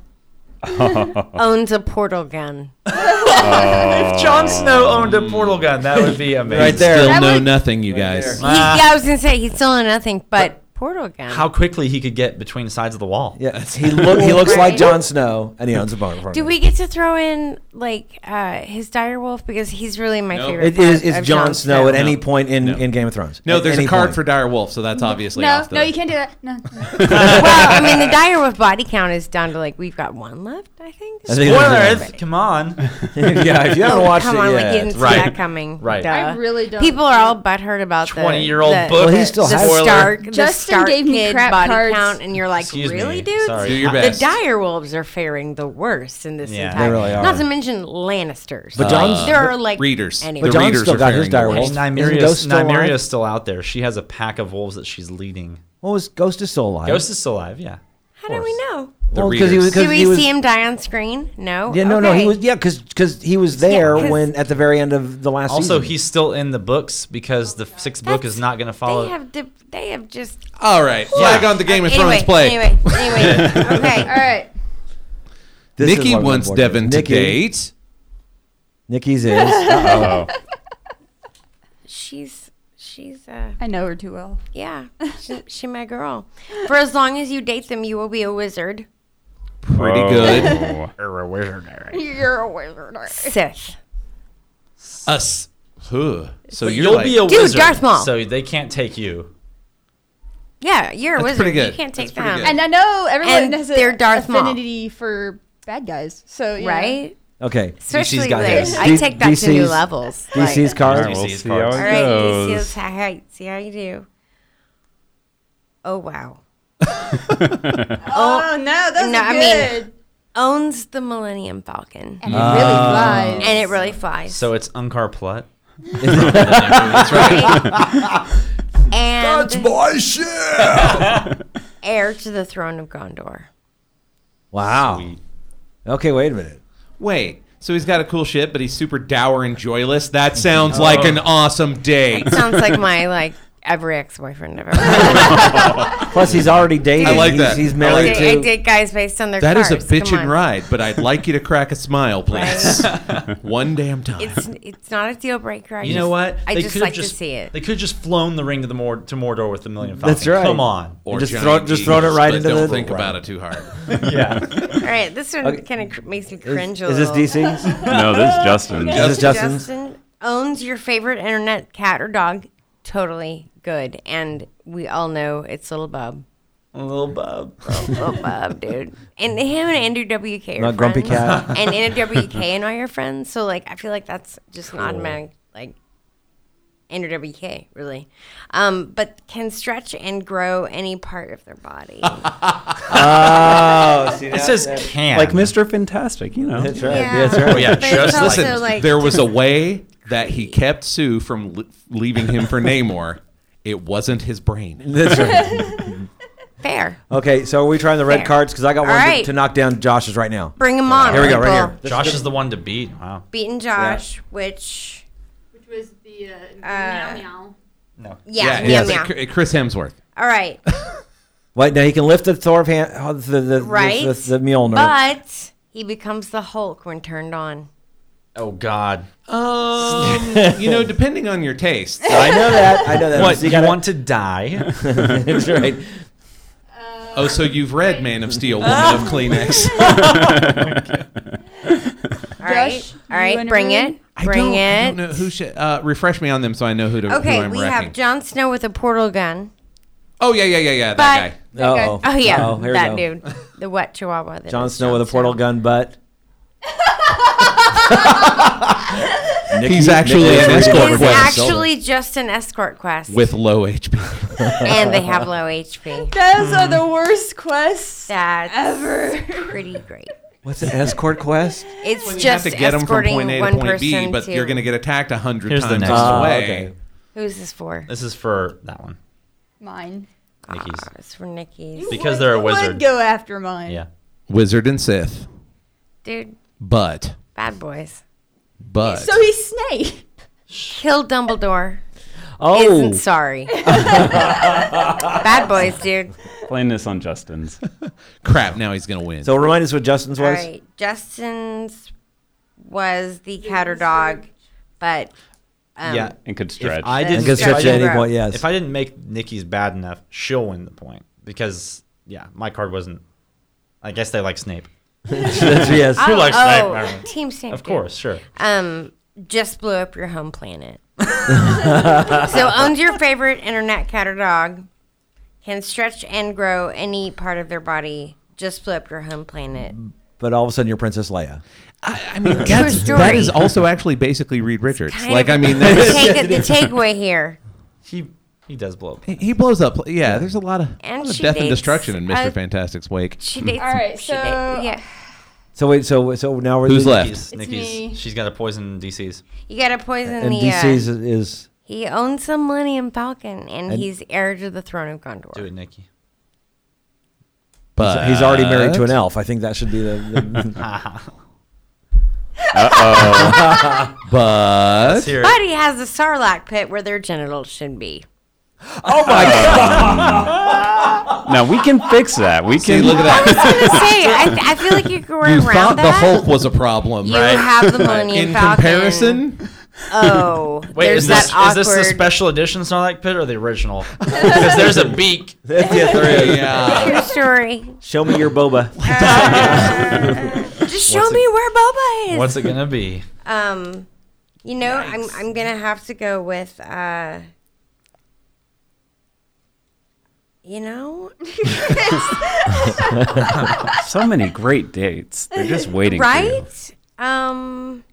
Oh.
owns a portal gun.
if Jon Snow owned a portal gun, that would be amazing.
Right there.
Still
That
know
would-
nothing, you
Right
guys.
there.
He-
Ah.
yeah, I was gonna say he's still in nothing but, portal gun.
How quickly he could get between the sides of the wall.
Yeah, he look he looks like
Right.
Jon Snow, and he owns a barn.
do we get to throw in like uh, his direwolf because he's really my
No.
favorite?
It is
part
is
of
Jon Snow at
No.
any point in
No.
in Game of Thrones.
No,
At
there's a
any
card
point.
for Direwolf, so that's obviously
no,
off the.
no, you can't do that. No.
well, I mean the direwolf body count is down to like we've got one left. I think.
I think-
Spoilers! Come on.
yeah, if you haven't watched
Oh, Come
it
on,
yet,
like you didn't
Right.
see that coming.
Right.
Duh.
I really don't.
People are all butthurt about the
20-year-old
the-
book.
Well, he still
the
has-
Stark, the
Just Kristen
start
gave me
kid
crap
body
cards.
count, and you're like,
Excuse me.
really, dude?
Sorry.
Do your
The
best.
dire wolves are faring the worst in this
Yeah.
entire.
They really
Not
are.
to mention Lannisters.
But
Like,
John's-
there are like
readers.
Anyway.
But
The
John's
readers
still
are
got his
faring
dire
the
wolves.
worst.
Isn't
Nymeria,
Ghost still alive?
Nymeria is still out there. She has a pack of wolves that she's leading.
What was Ghost is still alive?
Ghost is still alive. Yeah.
How do we know?
The
Well, 'cause he
readers.
was- 'cause
Do we
he was-
see him die on screen? No.
Yeah, no, no, he
Okay.
was yeah, because he was there
'cause-
when at the very end of the last.
Also,
season.
he's still in the books because the sixth book
That's-
is not going to
They
follow.
have. di- they have just. uh,
All right, flag on the Game of Thrones play.
Anyway. Anyway. okay.
All right.
This is
Nikki
one of the
wants
board
Devin
games.
to
Nikki-
date.
Nikki's is. Uh-oh.
Oh,
She's. She's. Uh.
I know her too well.
Yeah. She, she my girl. For as long as you date them, you will be a wizard.
Pretty
Oh.
good.
You're a wizard.
Sith.
Us. Huh. So
But
you're
you'll
like,
be a
Dude,
wizard,
Darth Maul.
so they can't take you.
Yeah, you're a
That's
wizard.
pretty good.
You can't take
That's pretty
them.
good.
And I know everyone
And
has
they're
an
Darth Maul.
affinity for bad guys. So yeah.
Right?
Okay.
Especially
got
Liz.
his.
I
D-
take that to new
DC's
levels.
DC's
like,
all
card.
right, we'll
DC's
see how it
cards.
all right,
goes.
DC's all right, see how you do. Oh wow.
Oh, no, that's
No, I mean-
good.
Owns the Millennium Falcon.
and it really
Uh,
flies.
And it really flies.
So it's Unkar Plutt.
and
my shit.
heir to the throne of Gondor.
Wow. Okay, wait a minute.
wait. So he's got a cool ship, but he's super dour and joyless. That
Mm-hmm.
sounds like
Oh.
an awesome date.
Sounds like my like every ex boyfriend I've ever had.
Plus, he's already dating.
I like
he's,
that.
He's
I
I
married
like
date- I
to.
date guys based on their
That is
cars.
a bitch
Come
and
on.
ride, but I'd like you to crack a smile, please. One damn time.
It's it's not a deal breaker. I
You
just,
know what?
I just
could've
like to see it.
They could have just flown the ring to the Mor- to Mordor with the Million Falcon.
That's right.
Come on.
or
just
giant
throw it- just throw it
eagles,
right
but
into
don't
the-
think
right.
about it too hard.
Yeah.
All right, this one
Okay.
kind of cr- makes me cringe
Is,
a
is this
little.
DC's? Is
no, this is Justin.
this Justin's?
Justin owns your favorite internet cat or dog. Totally good, and we all know it's little Bub.
little bub.
Little Bub, dude. And him and Andrew WK are
Not Grumpy
friends,
Cat.
and Andrew WK and all your friends. So like, I feel like that's just an automatic like. Andrew WK, really, um, but can stretch and grow any part of their body.
Oh, see
It says can.
Like Mr. Fantastic, you know.
That's right.
Yeah.
That's right.
Oh, yeah,
But it's
just
also,
like-
Listen,
like,
there was a way that he kept Sue from l- leaving him for Namor. It wasn't his brain.
That's right.
fair.
Okay, so are we trying the red
Fair.
cards? Because I got one to-
right.
to, knock down Josh's right now.
Bring him on.
Here we go, right
people.
here.
Josh is the one to beat. Wow.
Beaten Josh, which
Which was the uh, meow meow.
yeah,
it's
yeah,
like
yeah.
Chr- Chris Hemsworth.
All right,
Wait, now he can lift the Thor of hand, uh, the, the,
Right.
the, the, the Mjolnir.
but he becomes the Hulk when turned on.
Oh God.
Um, you know, depending on your taste.
I know that. I know that.
What?
Uh, So
You,
gotta-
want to die?
That's right.
Oh, so you've read Man of Steel, Woman of Kleenex.
All right,
Josh,
all
you
right,
wanna
bring
read?
it, bring
I don't
it.
know who should uh, refresh me on them so I know who to. who
Okay,
I'm
we
wrecking.
have Jon Snow with a portal gun.
Oh yeah, yeah, yeah, yeah.
But-
That guy.
Uh-oh.
Oh yeah,
Uh-oh, here we
that
go.
dude, the wet Chihuahua. That
Jon
is
Snow
Jon
with a portal gun, but
He's actually
It
an escort
is
quest
actually just an escort quest,
with low HP.
and they have low HP.
Those are
Mm.
the worst quests
That's
ever.
pretty great.
what's an escort quest?
It's
When you have
just
to get them from
escorting
point A
one
to point
person
B, but
to
you're going to get attacked a hundred
Here's
times on the
the next Oh,
Ah,
way.
okay.
Who's this for?
this is for that one.
Mine.
Nikki's.
Ah, it's for Nikki's.
Because they're a
You would
wizard.
go after mine.
Yeah.
Wizard and Sith,
Dude,
but
bad boys.
but
So he's Snape.
Kill Dumbledore.
Oh,
Isn't sorry. bad boys, dude.
Playing this on Justin's.
crap. Now he's going to win.
so remind us what Justin's
All
was.
right. Justin's was the cat or dog, but um,
yeah.
And could
If
stretch.
I
And
And
didn't,
gets
if
stretch
I
stretched at
didn't,
any
Right.
point, yes.
if I didn't make Nikki's bad enough, she'll win the point because yeah, my card wasn't. I guess they like Snape.
yes.
oh,
likes that,
oh,
Marilyn?
Team Snape.
Of
dude.
course, sure.
Um, just blew up your home planet. so owns your favorite internet cat or dog, can stretch and grow any part of their body. Just blew up your home planet.
But all of a sudden, you're Princess Leia.
I, I mean,
that's- story. that is
also actually basically Reed Richards.
Kind
Like
of
I mean,
the,
that's,
take, the takeaway here.
He He does blow up.
He, he blows up. Yeah, there's a lot of,
And
lot of
she
death and
dates
destruction in Mr.
a-
Fantastic's wake.
She dates.
All right,
she date-
so-
yeah,
So wait, so so now we're
Who's left?
Nikki's,
It's
Nikki's-
me.
she's got a poison DC's.
you gotta poison
And
the.
DC's is,
uh,
is
he owns the Millennium Falcon, and,
And-
he's heir to the throne of
Do it,
Gondor.
Nikki.
But
he's already married to an elf. I think that should be the, the
But
Let's hear it.
But he has a Sarlacc pit where their genitals should be.
Now we can fix that. We
see,
can
look at
I was
that.
gonna say, I, I feel like you could work
You
around
thought
that.
the Hulk was a problem,
you
right?
have the Millennium
in
Falcon.
comparison,
oh,
Wait,
there's
is this
that
is this the
awkward-
special edition Sonic Pit or the original? Because there's a beak.
yeah.
True story.
show me your boba.
Just show me where Boba is.
What's it gonna be?
Um, you know, I'm I'm gonna have to go with uh. You know,
so many great dates. They're just waiting. for you.
right? Um,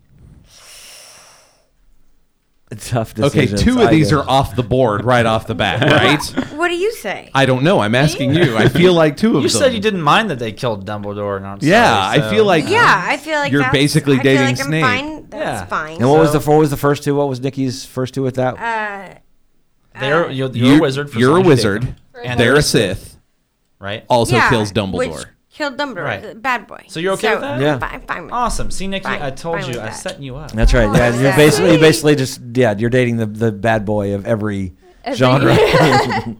Tough
Okay,
decisions.
two of
I
these
guess.
are off the board right off the bat, right?
what do you say?
I don't know. I'm asking you. I feel like two of them.
You said you didn't mind that they killed Dumbledore. And I'm sorry,
Yeah, I
so-
feel like
yeah, I feel like
You're
that's,
basically
I feel
dating
like I'm
Snape.
Fine. That's
Yeah.
fine.
And what was
So,
the what was the first two? What was Nikki's first two with that?
Uh,
they're you're, you're
you-
a wizard. For
you're a
Sonic
wizard.
Datum,
And
They're a Sith.
right?
Also
yeah,
kills
Which
Dumbledore.
killed Dumbledore,
Right.
the bad boy.
So you're okay with that?
Yeah.
Fine, fine. with it.
Awesome. See, Nikki,
Fine.
I told
Fine
you,
with
I
that.
set you up.
That's right. Yeah, you're
that's
basically
sweet.
you basically just yeah, you're dating the, the bad boy of every,
Every-
genre.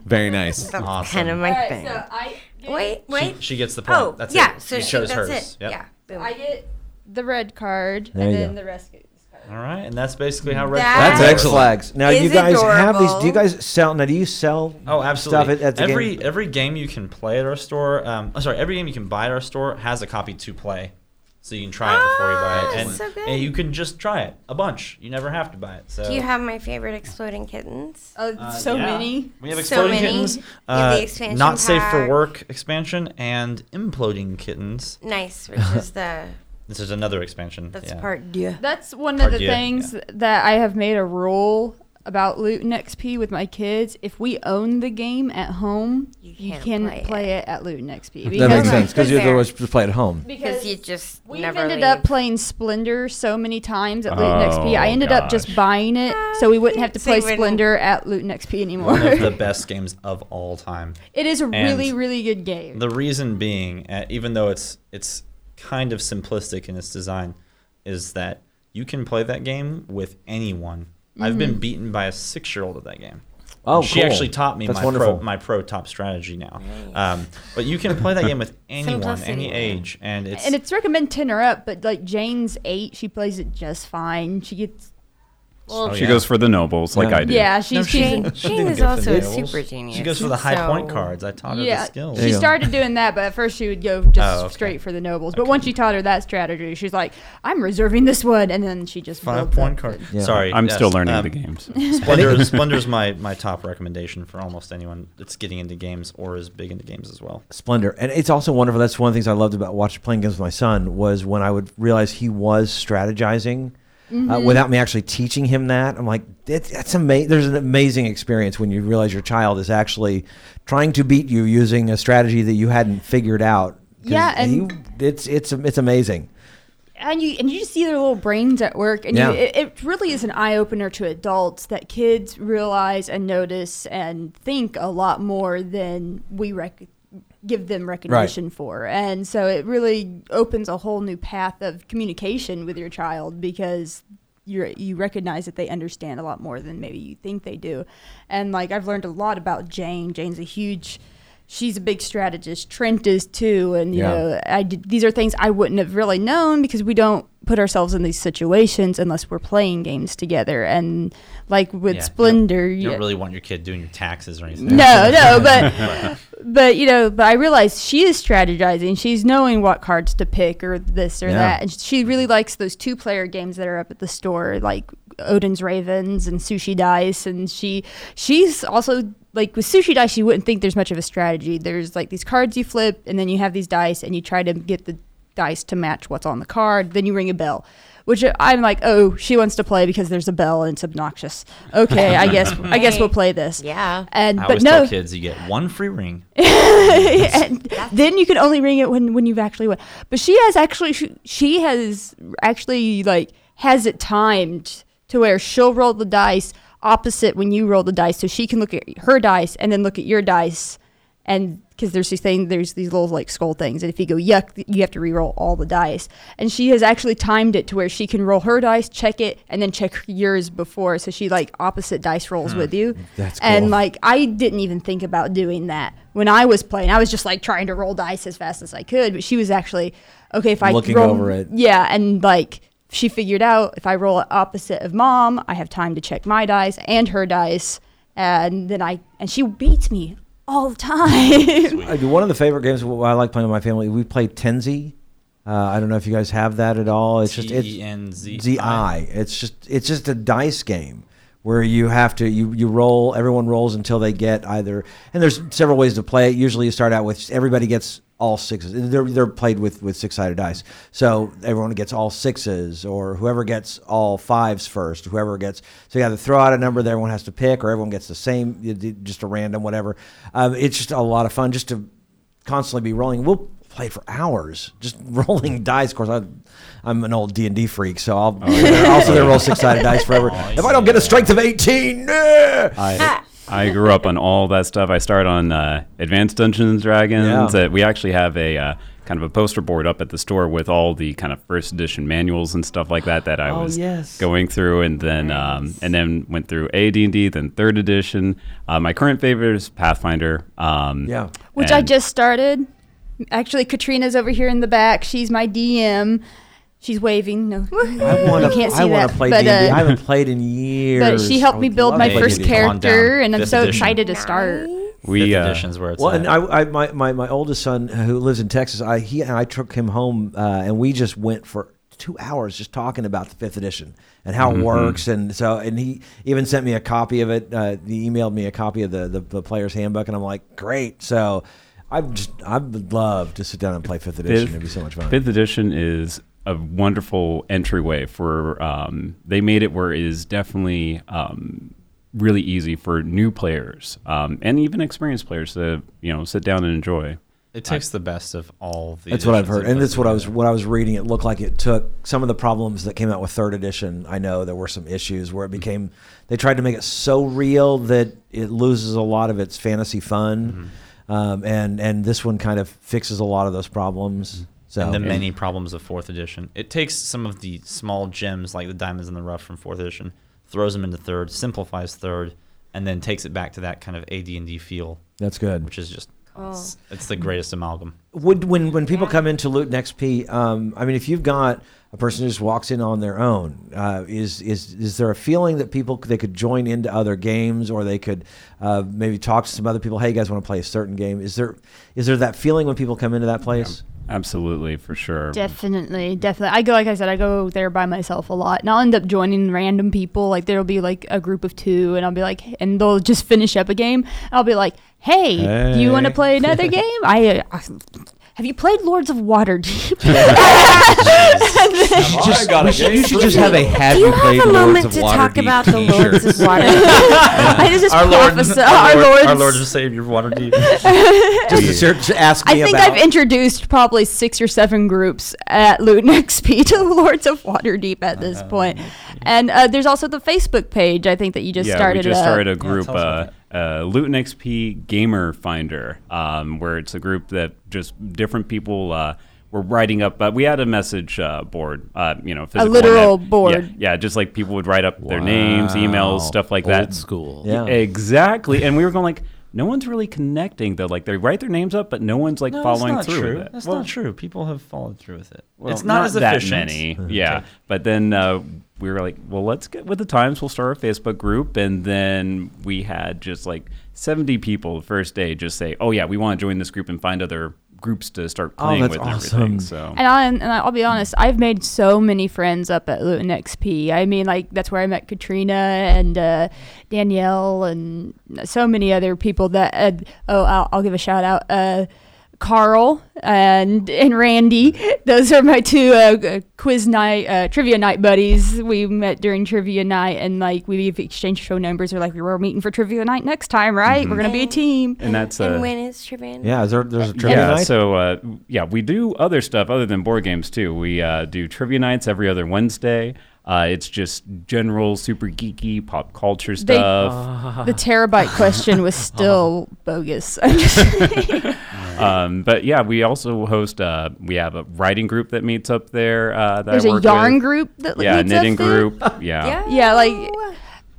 Very nice.
That's
Awesome.
kind of my
All right,
thing.
so I get,
wait,
She,
wait.
she gets the point.
oh,
that's
yeah.
it.
So
you
she,
chose
that's
hers.
it.
Yep.
Yeah. Boom.
I get
the red card
There
and
you
then
go.
the rescue card.
All right, and that's basically how red.
That's
That's
flags
X
work.
flags. Now
Is
you guys have these. Do you
adorable.
guys sell? Now do you sell?
Oh, absolutely.
Stuff at, at the
every
game.
every game you can play at our store, um, oh, sorry, every game you can buy at our store has a copy to play, so you can try it before you buy
Ah,
it, and,
so good.
and you can just try it a bunch. You never have to buy it. So
Do you have my favorite exploding kittens?
Oh,
Uh,
so
yeah.
many.
We have
So
exploding
many.
kittens.
You have the
Uh,
expansion
not safe for
pack.
work expansion and imploding kittens.
Nice, which is the
This is another expansion.
that's
yeah.
part yeah.
That's one
Part
of the
you,
things that I have made a rule about loot and XP with my kids. If we own the game at home,
You
you,
can't
can't
play
play,
it.
it at loot and XP.
That makes sense because
because
you're the
they're-
ones to play at home.
because you just
We've
never
ended
leave.
up playing Splendor so many times at Loot and XP. I
Oh,
ended up
gosh.
just buying it so we wouldn't have to
So you
play
wouldn't-
Splendor at Loot and XP anymore.
One of the best games of all time.
it is a really,
and
really good game.
The reason being, uh, even though it's it's kind of simplistic in its design, is that you can play that game with anyone. I've
Mm-hmm.
been beaten by a six-year-old at that game.
Oh,
she
cool.
actually taught me
That's
my
wonderful.
pro, my pro top strategy now. Um, but you can play that game with anyone,
Simplicity.
any age, and it's
and it's recommend 10 or up, but like Jane's 8, she plays it just fine. She gets.
Well,
Oh,
She goes for the nobles, like
Yeah.
I do.
Yeah, she's.
No,
she's
Shane, Shane
didn't
is
go for
also a
the
super
levels.
genius.
She goes for the high point
so-
cards. I taught her the
yeah,
skills.
There
she
you go.
started doing that, but at first she would go just
Oh, okay.
straight for the nobles. But once you taught her that strategy, she's like, "I'm reserving this one," and then she just
Five
builds
point
up
card.
the-
Yeah.
Sorry,
I'm
yes,
still learning
um,
the games.
Splendor, Splendor's my, my top recommendation for almost anyone that's getting into games or is big into games as well.
Splendor, and it's also wonderful. That's one of the things I loved about watching playing games with my son was when I would realize he was strategizing
Mm-hmm.
uh, without me actually teaching him that. I'm like, it, that's amazing. There's an amazing experience when you realize your child is actually trying to beat you using a strategy that you hadn't figured out. 'Cause
Yeah, and-
he- it's it's it's amazing.
and you and you just see their little brains at work, and
Yeah.
you, it, it really is an eye opener to adults that kids realize and notice and think a lot more than we rec- give them recognition for, and so it really opens a whole new path of communication with your child because. You you recognize that they understand a lot more than maybe you think they do, and like I've learned a lot about Jane. Jane's a huge, she's a big strategist. Trent is too, and you
Yeah.
know I did, these are things I wouldn't have really known because we don't put ourselves in these situations unless we're playing games together. And like with
Yeah, you
Splendor,
You
you
don't really want your kid doing your taxes or anything.
no, no, but but you know, but I realized she is strategizing. She's knowing what cards to pick or this or
Yeah.
that, and she really likes those two-player games that are up at the store, like Odin's Ravens and Sushi Dice. And she she's also like with Sushi Dice, you wouldn't think there's much of a strategy. There's like these cards you flip, and then you have these dice, and you try to get the dice to match what's on the card. Then you ring a bell. which I'm like, oh, she wants to play because there's a bell and it's obnoxious. Okay, I guess I guess we'll play this.
Yeah.
And
I
but
always
no,
tell kids you get one free ring.
and then you can only ring it when when you've actually won. But she has actually she, she has actually like has it timed to where she'll roll the dice opposite when you roll the dice, so she can look at her dice and then look at your dice, and because there's these thing there's these little like skull things, and if you go yuck, you have to re-roll all the dice. And she has actually timed it to where she can roll her dice, check it, and then check yours before, so she like opposite dice rolls
Hmm.
with you.
That's
and
cool.
like like I didn't even think about doing that when I was playing. I was just like trying to roll dice as fast as I could, but she was actually okay if I
Looking
roll,
over it.
Yeah, and like she figured out if I roll opposite of mom, I have time to check my dice and her dice, and then I and she beats me all the time.
I do- One of the favorite games wh- I like playing with my family. We play Tenzi. Uh, I don't know if you guys have that at all. It's just it's
T-E-N-Z-I.
Z-I. It's just it's just a dice game where you have to you you roll. Everyone rolls until they get either. And there's several ways to play it. Usually you start out with everybody gets all sixes. They're they're played with with six sided dice. So everyone gets all sixes, or whoever gets all fives first. Whoever gets so you either throw out a number that everyone has to pick, or everyone gets the same, you d- just a random whatever. Um, it's just a lot of fun just to constantly be rolling. We'll play for hours just rolling dice. Of course, I, I'm an old D and D freak, so I'll also there roll six sided dice forever. if I don't get a strength of eighteen, nah!
I, I grew up on all that stuff. I started on uh, Advanced Dungeons and Dragons.
Yeah.
Uh, we actually have a uh, kind of a poster board up at the store with all the kind of first edition manuals and stuff like that that I
Oh,
was going through, and then um, and then went through AD and D, then third edition. Uh, my current favorite is Pathfinder. Um,
yeah.
which I
and-
just started. Actually, Katrina's over here in the back. She's my DM. She's waving. No,
I want
You
to.
can't see
I want
that,
to play D
but,
and D. I
uh,
haven't played in years.
but she
I
helped me
would
build
love
my
to play
first
D&D.
Come on down.
character, and I'm
Fifth
so
edition.
excited to start.
we
Fifth
uh,
edition's where it's
Well,
at.
and I, I my, my, my oldest son uh, who lives in Texas, I he and I took him home, uh, and we just went for two hours just talking about the fifth edition and how it works, and so and he even sent me a copy of it. Uh, he emailed me a copy of the, the the player's handbook, and I'm like, great. So I just I would love to sit down and play fifth edition. It'd be so much fun.
Fifth edition is a wonderful entryway for. Um, they made it where it is definitely um, really easy for new players um, and even experienced players to you know sit down and enjoy.
it takes the best of all the.
That's what I've
editions
heard,
and
and
puts
that's what
it
I was
together.
what I was reading. It looked like it took some of the problems that came out with third edition. I know there were some issues where it
Mm-hmm.
became they tried to make it so real that it loses a lot of its fantasy fun,
Mm-hmm.
um, and and this one kind of fixes a lot of those problems. So
Mm-hmm. and the many problems of fourth edition. It takes some of the small gems like the diamonds in the rough from fourth edition, throws them into third, simplifies third, and then takes it back to that kind of AD and D feel,
that's good.
which is just
Oh.
it's, it's the greatest amalgam.
would when when people come into Luton XP, um, I mean, if you've got a person who just walks in on their own, uh, is is is there a feeling that people they could join into other games or they could uh, maybe talk to some other people? Hey, you guys want to play a certain game? Is there is there that feeling when people come into that place?
Absolutely, for sure.
Definitely, definitely. I go like I said, I go there by myself a lot, and I'll end up joining random people. Like there'll be like a group of two, and I'll be like, and they'll just finish up a game. And I'll be like, hey, do you want to
Hey.
play another game? I, I have you played Lords of Waterdeep?
Just, we should- you should just have a have
Do you have a moment to talk
Waterdeep
about the Lords of
t-shirt.
Water?
I just
Our Lord,
prophesy-
our
our
Lord, our
Lord's-
Lord and Savior, Waterdeep.
Just, just ask
I
me
think
about.
I've introduced probably six or seven groups at Luton XP to the Lords of Waterdeep at this
Uh,
point. And uh, there's also the Facebook page, I think, that you just
yeah,
started
we just
up.
started a group,
tell us about
uh, uh, Luton XP Gamer Finder, um, where it's a group that just different people uh, were writing up. But we had a message uh, board, uh, you know, physical one
literal
that-
board.
Yeah, yeah, just like people would write up their names, emails, stuff like that.
Old school.
Yeah.
Exactly. And we were going like, no one's really connecting though. Like they write their names up, but no one's like following
that's not
through
true.
with it.
That's
Well,
not true. People have followed through with it.
well,
it's not, as
that
efficient.
many. Yeah. But then uh, we were like, well, let's get with the times. We'll start our Facebook group. And then we had just like 70 people the first day just say, oh, yeah, we want to join this group and find other groups to start
Oh,
playing
that's
with
awesome.
and everything. So.
And, I, and I'll be honest, I've made so many friends up at Luton XP. I mean, like, that's where I met Katrina and uh, Danielle and so many other people that, uh, oh, I'll, I'll give a shout out. Uh, Carl and and Randy. Those are my two uh, quiz night uh, trivia night buddies. We met during trivia night, and like we've exchanged phone numbers. We're like, we're meeting for trivia night next time, right? We're gonna be a team.
and that's uh,
and when is Trivia?
Yeah, is there, there's a trivia
yeah.
night?
So uh, yeah, we do other stuff other than board games too. We uh, do trivia nights every other Wednesday. Uh, it's just general super geeky pop culture
They-
stuff.
The terabyte question was still bogus. I'm just-
Um, but yeah, we also host. Uh, we have a writing group that meets up there. Uh, that I
There's a
work
yarn
with.
group that
Yeah,
meets up
knitting
there.
group. Yeah.
Yeah, like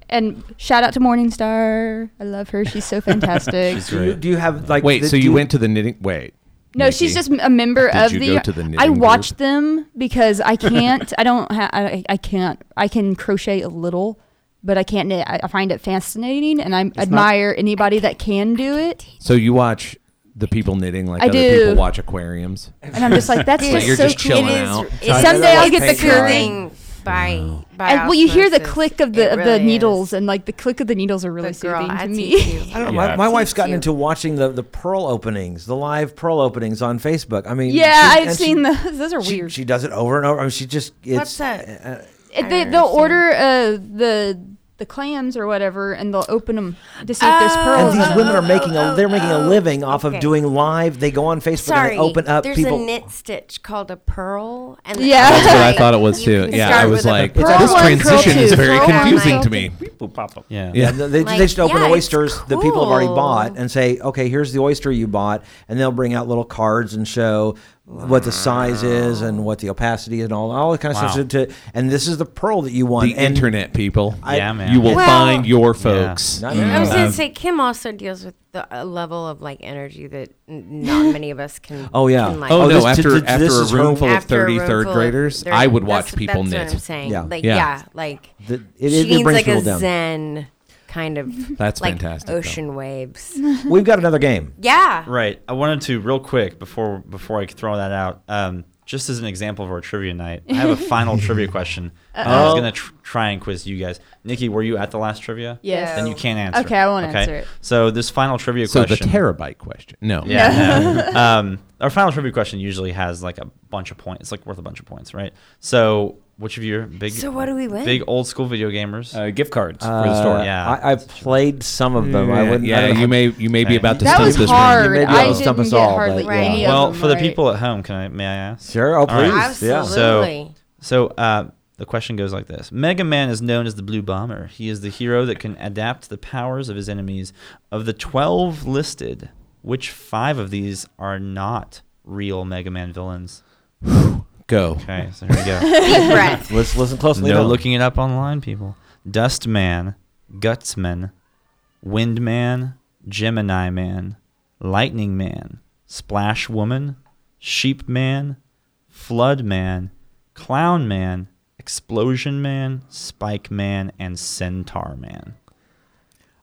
and shout out to Morningstar. I love her. She's so fantastic.
Do you, do you have like?
Wait,
the-
so
do
you went to the knitting? Wait.
No, she's just
Nikki.
a member
Did
of
you
the.
go to the
I
knitting
watch
group?
them because I can't. I don't. Ha- I, I can't. I can crochet a little, but I can't knit. I, I find it fascinating, and I admire anybody that can do it.
So you watch the people knitting like
I
other
do.
people watch aquariums.
And I'm just like, that's
Dude,
just
you're
so
just
cool.
chilling
it is,
out.
It is
Someday I'll get the
like
curve.
soothing By, by
And, well, you hear the
osmosis.
click of
It
the of
really
the needles,
is.
and like the click of the needles are really
But girl,
soothing
I
to
teach
me.
you.
I don't know.
Yeah.
My, my wife's gotten
you.
into watching the, the pearl openings, the live pearl openings on Facebook. I mean,
yeah,
she-
I've
and
seen
she,
those. Those are
She,
weird.
she does it over and over. I mean, she just it's
What's that?
uh,
It-
I
they,
don't understand.
they'll order uh, the the clams or whatever, and they'll open them to see if there's
Oh,
and
pearls. in
these
'em.
women are making a they're making a living off
okay.
of doing live. They go on Facebook
Sorry,
and they open up
There's
people.
a knit stitch called a pearl, and
Yeah. That's
what I thought it was, too. Yeah, I was like,
this
transition is very
confusing
to
me.
People pop up.
Yeah.
yeah, they,
Like,
they just open
yeah, it's
oysters that people have already
cool.
bought and say, okay, here's the oyster you bought, and they'll bring out little cards and show what the size is and what the opacity and all all that kind of
Wow.
stuff. To, and this is the pearl that you want.
The
and
internet people.
I-
yeah, man.
You will
Well-
find your folks.
Not
I was
now.
Mm.
gonna say Kim also deals with the a level of like energy that n- not many of us can.
Oh, yeah.
can, like,
Oh,
Oh, no!
this-
after
this-
after
this
a
is her-
room full of
after a
30
room
third
full of
graders,
third-
I would
that's-
watch people
that's What I'm
knit.
saying,
Yeah.
like
Yeah.
yeah, like
The- it-
she
it
needs
brings
like a
people down.
zen kind of
That's
like
fantastic, though.
ocean waves.
We've got another game.
yeah,
Right. I wanted to real quick before before I throw that out. Um, just as an example of our trivia night, I have a final trivia question. And I was gonna tr- try and quiz you guys. Nikki, were you at the last trivia?
Yes.
Then you can't answer.
Okay, I won't answer it.
So this final trivia
So the
question.
terabyte question. No.
Yeah. no. um, our final trivia question usually has like a bunch of points. It's like worth a bunch of points, right? So which of you are big?
So what do we win?
Big old school video gamers.
Uh, gift cards for the
Uh,
store.
yeah.
I, I've played some of them. I wouldn't. I
yeah,
don't know.
you may you may be
Okay.
about to
That
stump
was
this
hard.
Maybe
I
it'll
didn't
stump us
get
all,
hardly
but,
yeah.
any of
well,
them
for the
right.
people at home, can I? May I ask?
Sure. Oh,
All right.
please. Yeah.
absolutely.
So uh, the question goes like this: Mega Man is known as the Blue Bomber. He is the hero that can adapt to the powers of his enemies. Of the twelve listed, which five of these are not real Mega Man villains?
one. Go.
Okay, so here we go.
Deep breath.
Let's listen closely. now.
no looking it up online, people. Dustman, Gutsman, Windman, Gemini Man, Lightning Man, Splash Woman, Sheep Man, Flood Man, Clown Man, Explosion Man, Spike Man, and Centaur Man.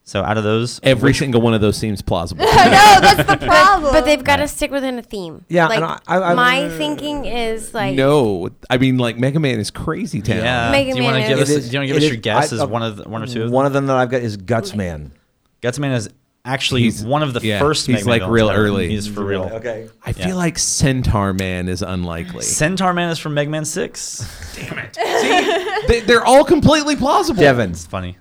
So out of those,
Every single one of those seems plausible.
I know that's the problem.
But they've got to stick within a theme.
Yeah,
like
and I- I- I-
my thinking is like
no, I mean like Mega Man is crazy town.
yeah.
Mega
do you want to
Man
give
is-
us?
It is-
do you
it
want to give us
is-
your guess?
I-
as one of the, one or two of them?
One of them that I've got is Gutsman.
Gutsman is actually
He's-
one of the
yeah,
first.
he's
Mega Man
like
villains
real
ever.
early.
He's for real.
Okay.
I feel
Yeah.
like Centaur Man is unlikely.
Centaur Man is from Mega Man Six.
they, they're all completely plausible.
Devin.
It's funny.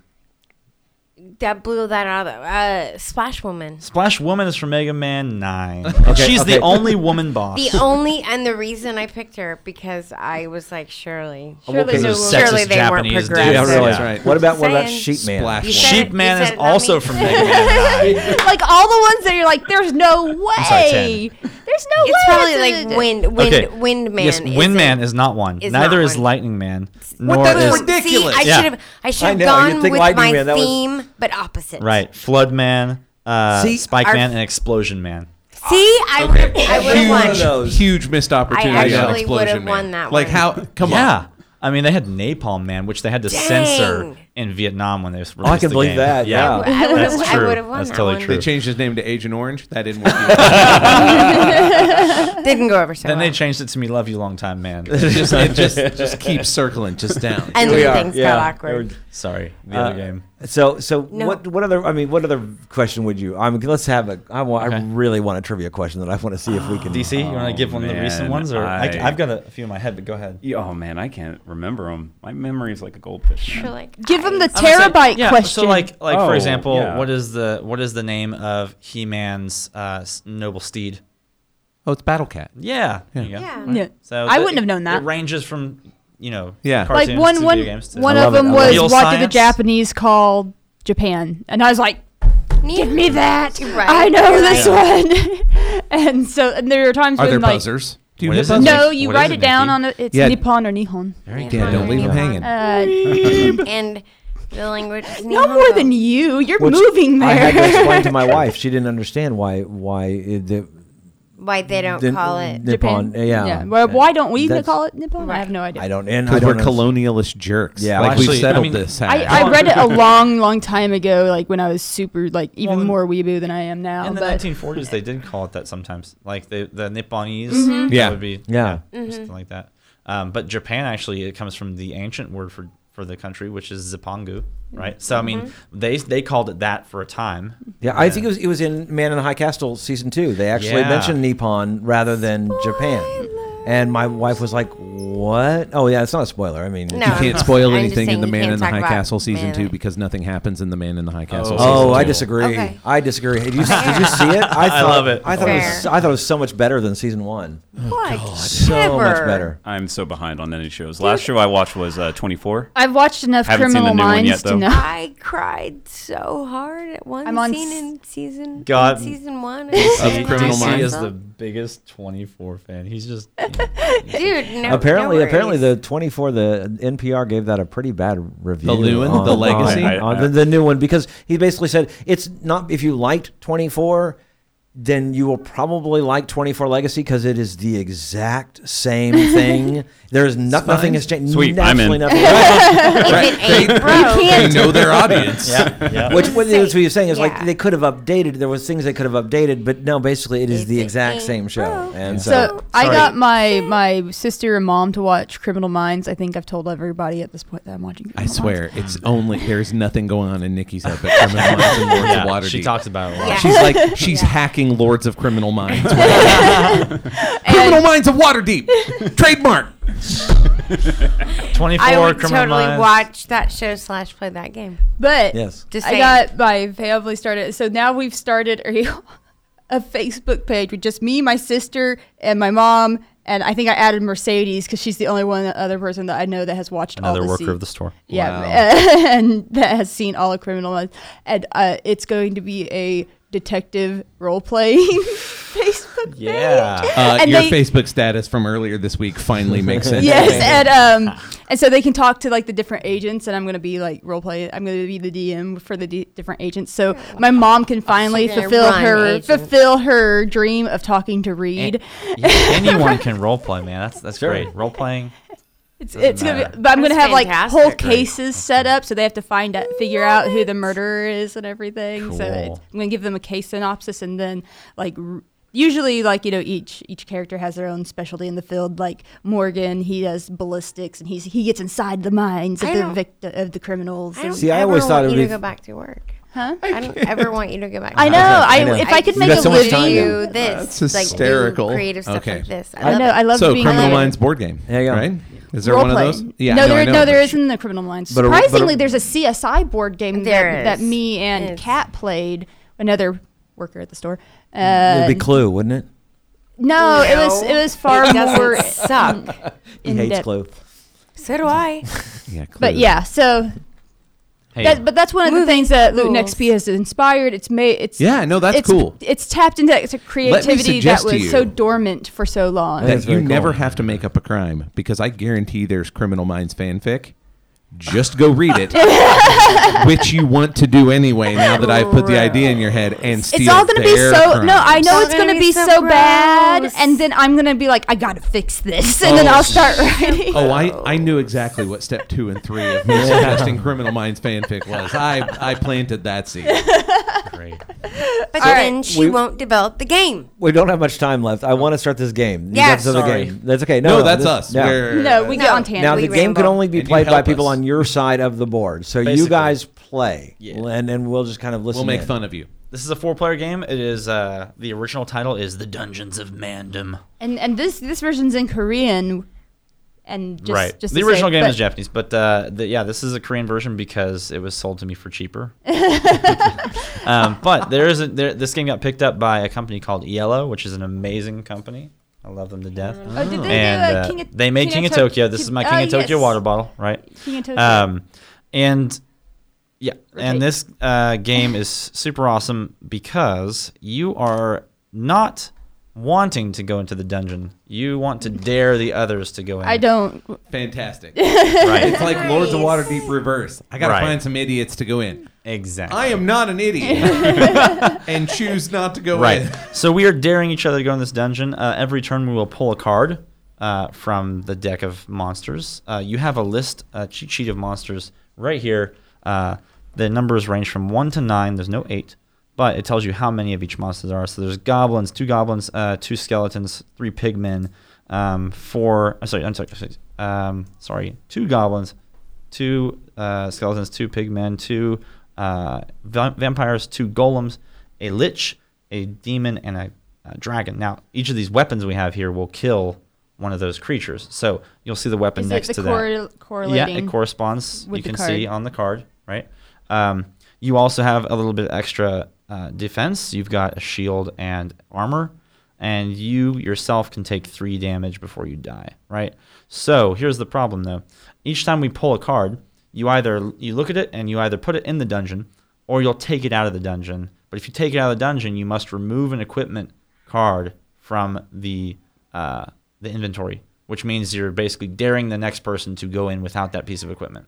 that blew that out of the uh, Splash Woman.
Splash Woman is from Mega Man Nine. And
Okay,
she's
okay.
the only woman boss.
The only and the reason I picked her because I was like surely
Okay.
Because of
Surely
they
sexist
weren't
Japanese dude.
progressive.
Oh, Yeah, really.
That's right.
What about what about
Saying-
Sheep Man?
Splash.
You
Woman.
said-
Sheep Man
you
is
said it, not
also
me.
from Mega Man Nine.
like all the ones that you're like, there's no
sorry,
way. There's no way.
It's probably like
that's a-
wind, wind,
Okay.
wind man.
yes, Wind Man is not one.
is
Neither
not
is
one.
Lightning Man.
What
Nor
the
is
See, I
Yeah.
should have, I should
I
have
know,
gone
you'd think
with
Lightning
my
Man, that was-
theme, but opposite.
right Flood Man, uh,
See,
Spike
our-
Man, and Explosion Man.
See, I would have, I
Huge.
would have
One of
won.
those.
Huge, huge missed opportunity.
I actually
on
would've
Explosion
won
Man.
that
Like
one.
how? Come
yeah,
on.
I mean they had Napalm Man, which they had to
Dang.
censor in Vietnam when they released
Oh, I can
the
believe
game.
that, yeah.
I, I
That's
would've- I
true.
would have won
That's
that
totally
one.
They
true.
changed his name to Agent Orange. That didn't work. Either.
Didn't go over so
Then
well.
they changed it to "Me Love You Long Time Man."
it just, it just just keeps circling just down.
and
Here we
then
are.
things
Yeah.
got awkward.
Sorry, the
Uh,
other game.
So, so
No.
what? What other? I mean, what other question would you? I mean, let's have a. I want. I
Okay.
really want a trivia question that I want to see if we can.
DC, you want to give one of the recent
man,
ones, or I,
I-
have got a few in my head, but go ahead.
Yeah, Oh man, I can't remember them. My memory is like a goldfish. man.
You're like,
Give him the
I-
terabyte
yeah,
question.
So like, like
Oh,
for example,
yeah.
what is the what is the name of He-Man's uh, s- noble steed?
Oh, it's Battle Cat.
Yeah. there you go.
Yeah.
Yeah.
So
I
the-
wouldn't have known
it-
that.
It ranges from you know
Yeah.
like
cartoons
one
to
one
video games to
one
I
of
love it, I
them
love it.
was
Real
what did the
science?
Japanese call Japan, and I was like,
Give
me that.
Right.
I know
You're
this
like,
one. and so and there are times
Are there
when like
buzzers? Do you
What
hit
is it?
buzzers?
no, you
What is
write
it,
it down
Nikki?
on a, it's
Yeah.
Nippon or Nihon.
Very
good.
Yeah, don't leave him hanging.
Uh,
Um, And the language. is
no more
Nihongo.
than you. You're
Which
moving there.
I had to explain to my wife. She didn't understand why. Why it- the
Why they don't
the-
call it.
Japan.
Nippon? Yeah.
Well, why don't we
That's-
call it Nippon? I
Right.
have no idea.
I don't. And I
Because we're
don't. understand-
colonialist jerks.
Yeah.
like
Well,
actually,
we've settled
I mean-
this.
I, I read it a long, long time ago, like when I was super, like even
Well,
more weeaboo than I am now.
In the
but
1940s, they did call it that sometimes, like the the Nipponese.
Mm-hmm.
that
Yeah.
would be
Yeah.
Mm-hmm.
something like that. Um, but Japan actually, it comes from the ancient word for for the country, which is Zipangu,
Mm-hmm.
right? So I mean, they they called it that for a time.
Yeah, I think it was it was in Man in the High Castle season two. They actually
Yeah.
mentioned Nippon rather than Japan. And my wife was like, "What? Oh yeah, it's not a spoiler. I mean,
No.
it's-
You
I'm
can't
just-
spoil
I'm just
anything in
saying
the
you
Man
can't
in the
talk
High
about
Castle season
Man.
two because nothing happens in the Man in the High Castle.
Oh,
season
I
two.
disagree.
Okay.
I disagree. Did you, did you see it? I, thought,
love it.
I thought it, was,
Fair.
I thought it was so much better than season one.
Like,
So much
Never.
better.
I'm so behind on any shows. Last show I watched was uh, 24.
I've watched enough
Haven't seen the
Criminal
new one
Minds
yet,
to
though.
know.
I cried so hard at one
I'm on
scene
s-
in season.
God.
in season one of
DC Criminal Minds.
is the biggest 24 fan. He's just
dude. No,
apparently,
no worries.
apparently, the twenty four, the NPR gave that a pretty bad review.
The new one, the legacy?
on- on
I- I-
the, the new one, because he basically said it's not. If you liked twenty four, then you will probably like twenty four Legacy because it is the exact same thing. there is no, nothing has changed.
Sweet, I'm in.
Absolutely nothing.
if it ain't broke,
They know their audience.
Which what
Same.
that's what you're saying is like
Yeah.
they could have updated. There was things they could have updated, but no, basically it is
If
the
it
exact
ain't
same show.
broke,
And so,
So I got my my sister and mom to watch Criminal Minds. I think I've told everybody at this point that I'm watching.
I
Criminal
swear, it's only there's nothing going on in Nikki's head but Criminal Minds and Lords
yeah,
of Waterdeep.
she talks about it a lot.
Yeah.
She's like she's hacking Lords of Criminal Minds. Criminal Minds of Waterdeep, trademark.
24
I would
criminal
totally
minds.
watch that show slash play that game.
But
Yes.
Just
I
saying.
got my family started. So now we've started a, a Facebook page with just me, my sister, and my mom. And I think I added Mercedes because she's the only one other person that I know that has watched
Another
all the
worker
se-
of the store.
Yeah,
Wow.
and that has seen all the criminal ones. And uh, it's going to be a detective role playing Facebook page.
Yeah.
Uh,
And
your
they-
Facebook status from earlier this week finally makes sense.
Yes, and um, and so they can talk to like the different agents, and I'm gonna be like role play. I'm gonna be the DM for the d- different agents, so my mom can finally
gonna
fulfill
run
her
agent.
fulfill her dream of talking to Reed.
Yeah, anyone can role play, man. That's that's great. Role playing.
it's it's gonna
matter.
be, but I'm gonna
That's
have like
fantastic.
whole
Great.
cases set up, so they have to find out, figure out who the murderer is and everything. So it's,
Cool.
I'm gonna give them a case synopsis, and then like. r- Usually, like you know, each each character has their own specialty in the field. Like Morgan, he does ballistics, and he's he gets inside the minds of
I
the
don't-
victim of the criminals.
I don't
and-
See, I
ever
always
want
thought it
you
would
to
be-
go back to work.
Huh?
I don't ever want you to go back. To
I know.
Work.
I,
know.
if I could
just
make
got
a
so much
want
time
living,
now.
you this.
That's
like, do
hysterical.
creative stuff
Okay.
like this. I,
I
love
know.
It.
I love
so
being
Criminal
creative.
Minds board game.
There you go.
Right? Is there
Role
one
play.
of those? Yeah.
no,
I know, I
there,
know,
no,
but
there isn't the criminal lines.
But a- but a-
Surprisingly, there's a CSI board game
There
that, that
is.
me
It
and
is.
Kat played. Another worker at the store.
it'd
Uh,
be Clue, wouldn't it?
no, it was it was far
It doesn't
more.
suck.
He
in
hates
depth.
Clue.
So do I.
Yeah,
But
Clue.
yeah, so
Hey,
that, but that's one of the
Moving
things that Luton
rules.
XP has inspired. It's made it's
Yeah, no, that's
it's,
cool.
It's tapped into that creativity
suggest
that
to
was
you-
so dormant for so long.
That's
that you
very cool.
never have to make up a crime because I guarantee there's Criminal Minds fanfic just go read it, which you want to do anyway. Now that I've put the idea in your head, and steal
it's all gonna be
their
so
crumbs.
no i know
all
it's, gonna, be, so, bad
gross.
and then i'm gonna be like i gotta fix this and then
Oh,
i'll start writing
Oh, I, I knew exactly what step two and three of me suggesting Criminal Minds fanfic was. I, I planted that seed.
Great.
But
All
then
right.
she
We-
won't develop the game.
We don't have much time left. I want to start this game. These
Yeah,
episodes of the
sorry.
game. That's okay. No,
No,
no,
that's
this-
us.
yeah.
We're,
no we get
No.
on tangent
Now
we
the game can
ramble.
only be
And you
played by
help
people
us.
on your side of the board, so you
Basically.
guys play,
Yeah.
and then we'll just kind of listen.
we'll make
in.
fun of you.
This is a four-player game. It is uh, the original title is The Dungeons of Mandom.
and and this this version's in korean and just,
right.
just
the
to
original
say-
game
but-
is Japanese, but uh, the, yeah, this is a Korean version because it was sold to me for cheaper. um, but there is a, there, this game got picked up by a company called Yellow, which is an amazing company. I love them to death.
Oh, did they
and
do uh,
uh,
King of,
they made King of
Tok-
Tokyo. This is my
oh,
King of Tokyo
yes.
water bottle, right?
King of Tokyo.
Um, and yeah,
Rotate.
and this uh, game is super awesome because you are not wanting to go into the dungeon. You want to dare the others to go in.
I don't.
Fantastic.
Right.
It's like Lords of Waterdeep reverse. I gotta
Right.
find some idiots to go in.
exactly.
I am not an idiot, and choose not to go in.
Right. so we are daring each other to go in this dungeon. Uh, every turn, we will pull a card uh, from the deck of monsters. Uh, you have a list, a cheat sheet of monsters right here. Uh, the numbers range from one to nine. There's no eight, but it tells you how many of each monster there are. So there's goblins, two goblins, uh, two skeletons, three pigmen, um, four. I'm sorry. I'm sorry. sorry, Um, sorry. Two goblins, two uh, skeletons, two pigmen, two uh, va- vampires, two golems, a lich, a demon, and a, a dragon. Now, each of these weapons we have here will kill one of those creatures. So you'll see the weapon
Is
next
it the
to that.
correl- correlating?
Yeah, it corresponds.
with
You
the
can see
card.
on the card, right? Um, you also have a little bit extra uh, defense. You've got a shield and armor, and you yourself can take three damage before you die, right? So here's the problem, though. Each time we pull a card, you either you look at it and you either put it in the dungeon, or you'll take it out of the dungeon. But if you take it out of the dungeon, you must remove an equipment card from the uh, the inventory, which means you're basically daring the next person to go in without that piece of equipment.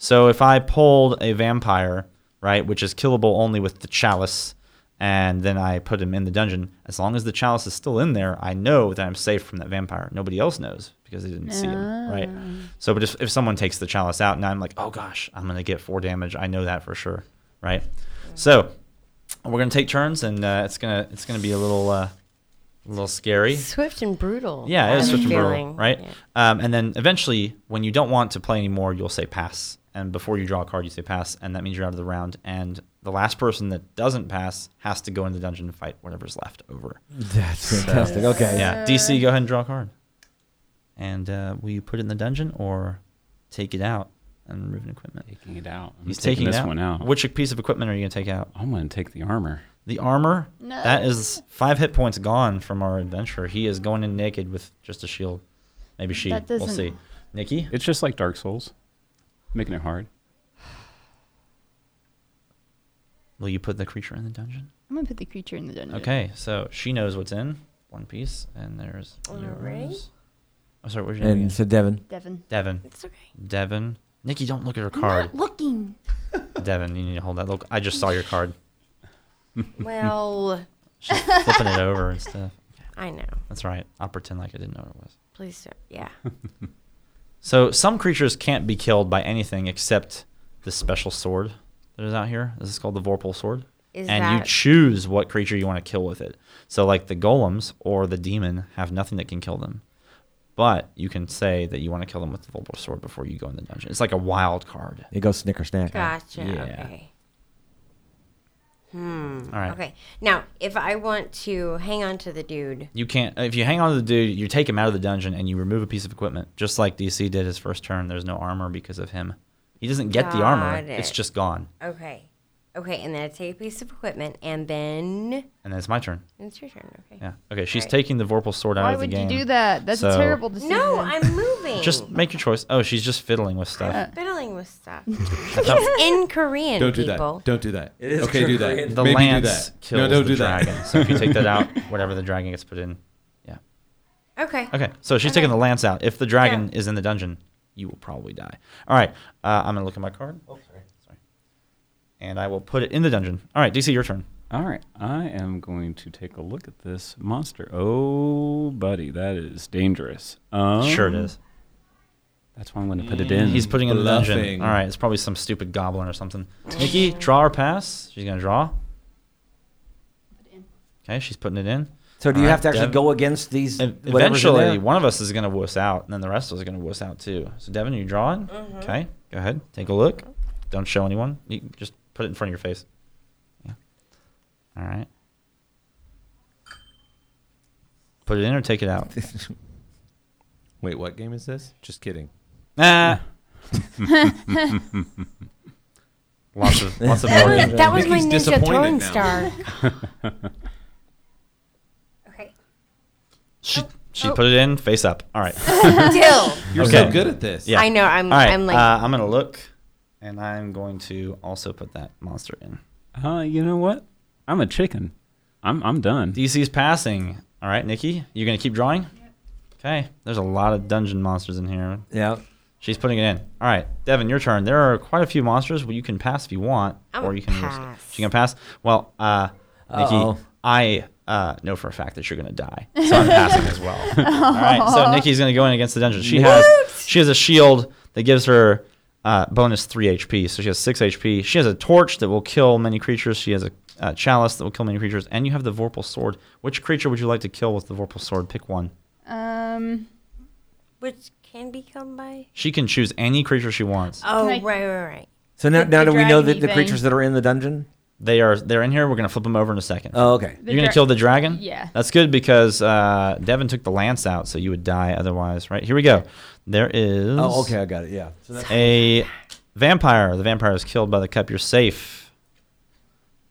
So if I pulled a vampire, right, which is killable only with the chalice, and then I put him in the dungeon, as long as the chalice is still in there, I know that I'm safe from that vampire. Nobody else knows because they didn't see him, right? So, but if, if someone takes the chalice out, now I'm like, oh gosh, I'm gonna get four damage. I know that for sure, right? So we're gonna take turns, and uh, it's gonna it's gonna be a little uh, a little scary.
Swift and brutal.
Yeah, it
I'm
is switch and
feeling.
brutal, right?
Yeah.
Um, and then eventually, when you don't want to play anymore, you'll say pass. And before you draw a card, you say pass, and that means you're out of the round. And the last person that doesn't pass has to go in the dungeon and fight whatever's left over.
That's fantastic. Okay.
Yeah. DC, go ahead and draw a card. And uh, will you put it in the dungeon or take it out and remove an equipment?
Taking it out. I'm
He's
taking,
taking,
this
it out.
one out.
Which piece of equipment are you going to take out?
I'm going to take the armor.
The armor,
No.
that is five hit points gone from our adventurer. He is going in naked with just a shield. Maybe she.
That
We'll
doesn't-
see. Nikki?
It's just like Dark Souls, making it hard.
Will you put the creature in the dungeon?
I'm gonna put the creature in the dungeon.
Okay, so she knows what's in one piece, and there's
Alright.
yours. Oh, sorry, what's your name?
And
again?
so Devin,
Devin.
Devin.
It's okay.
Devin. Nikki, don't look at her card.
looking.
Devin, you need to hold that. Look, I just saw your card.
Well,
She's flipping it over and stuff.
I know.
That's right. I'll pretend like I didn't know what it was.
Please don't. Yeah.
So some creatures can't be killed by anything except this special sword that is out here. This is called the Vorpal sword.
Is
and you
that-
choose what creature you want to kill with it. So like the golems or the demon have nothing that can kill them. But you can say that you want to kill them with the Vorpal sword before you go in the dungeon. It's like a wild card.
it goes snicker snack.
Gotcha.
Yeah.
Okay.
All right.
Okay. Now, if I want to hang on to the dude,
You can't if you hang on to the dude, you take him out of the dungeon and you remove a piece of equipment, just like DC did his first turn. There's no armor because of him. He doesn't get the armor.
Got
It's
it.
just gone.
okay. Okay, and then I take a piece of equipment, and then
And then it's my turn.
it's your turn. Okay.
Yeah. Okay. She's
Right.
taking the Vorpal sword out
Why
of the
would
game.
you do that? That's a
So-
terrible decision.
No, I'm moving.
Just uh, make your choice. Oh, she's just fiddling with stuff.
Yeah.
fiddling with stuff. it's in Korean.
Don't do
people.
that. Don't do that.
It is
okay, do that.
Korean.
The
Maybe do
lance
that.
kills
no, don't
the
do
dragon.
that.
so if you take that out, whatever the dragon gets put in. Yeah.
Okay.
Okay. So she's
Okay.
taking the lance out. If the dragon is in the dungeon, you will probably die. All right, uh, I'm gonna look at my card. Oh, sorry, sorry. And I will put it in the dungeon. All right, DC, your turn.
All right, I am going to take a look at this monster. Oh, buddy, that is dangerous. Um,
sure it is.
That's why I'm going to put it in.
He's putting it in the dungeon.
Bluffing.
All right, it's probably some stupid goblin or something. Nikki, draw or pass? She's gonna draw. Okay, she's putting it in.
So do you
Uh,
All
have to
right,
actually
Dev-
go against these?
Ev-
whatever's in
Eventually,
there?
one of us is going to wuss out, and then the rest of us are going to wuss out too. So, Devin, you drawing? Okay, go ahead. Take a look. Don't show anyone. You can just put it in front of your face. Yeah. All right. Put it in or take it out?
Wait, what game is this? Just kidding.
ah. lots of lots of
That
more.
was, that was my
Mickey's
ninja
disappointed
throwing
now.
star. okay.
She,
Oh.
she put it in face up. All right.
Still.
You're
Okay.
so good at this.
Yeah.
I know. I'm.
All right.
I'm like.
uh, I'm going to look, and I'm going to also put that monster in.
Uh, you know what? I'm a chicken. I'm I'm done.
DC's passing. All right, Nikki, you gonna keep drawing? Okay. There's a lot of dungeon monsters in here.
yeah.
She's putting it in. All right, Devin, your turn. There are quite a few monsters. Well, you can pass if you want,
I'm
or
a
you can.
pass.
She can pass. Well, uh, Nikki,
Uh-oh.
I uh, know for a fact that you're gonna die, so I'm passing as well. All right, so Nikki's gonna go in against the dungeon. She has she has a shield that gives her uh, bonus three HP, so she has six HP. She has a torch that will kill many creatures. She has a uh, chalice that will kill many creatures, and you have the Vorpal sword. Which creature would you like to kill with the Vorpal sword? Pick one.
Um,
which can be come by.
She can choose any creature she wants.
Oh
I-
right, right, right.
So now,
The-
now
the
do we know
dragon
that the
even.
creatures that are in the dungeon?
They are they're in here. We're gonna flip them over in a second.
Oh, okay.
the
You're gonna
dra-
kill the dragon.
Yeah.
that's good because uh, Devin took the lance out, so you would die otherwise. Right here we go. There is.
Oh, okay. I got it. Yeah. So that's,
A vampire. The vampire is killed by the cup. You're safe.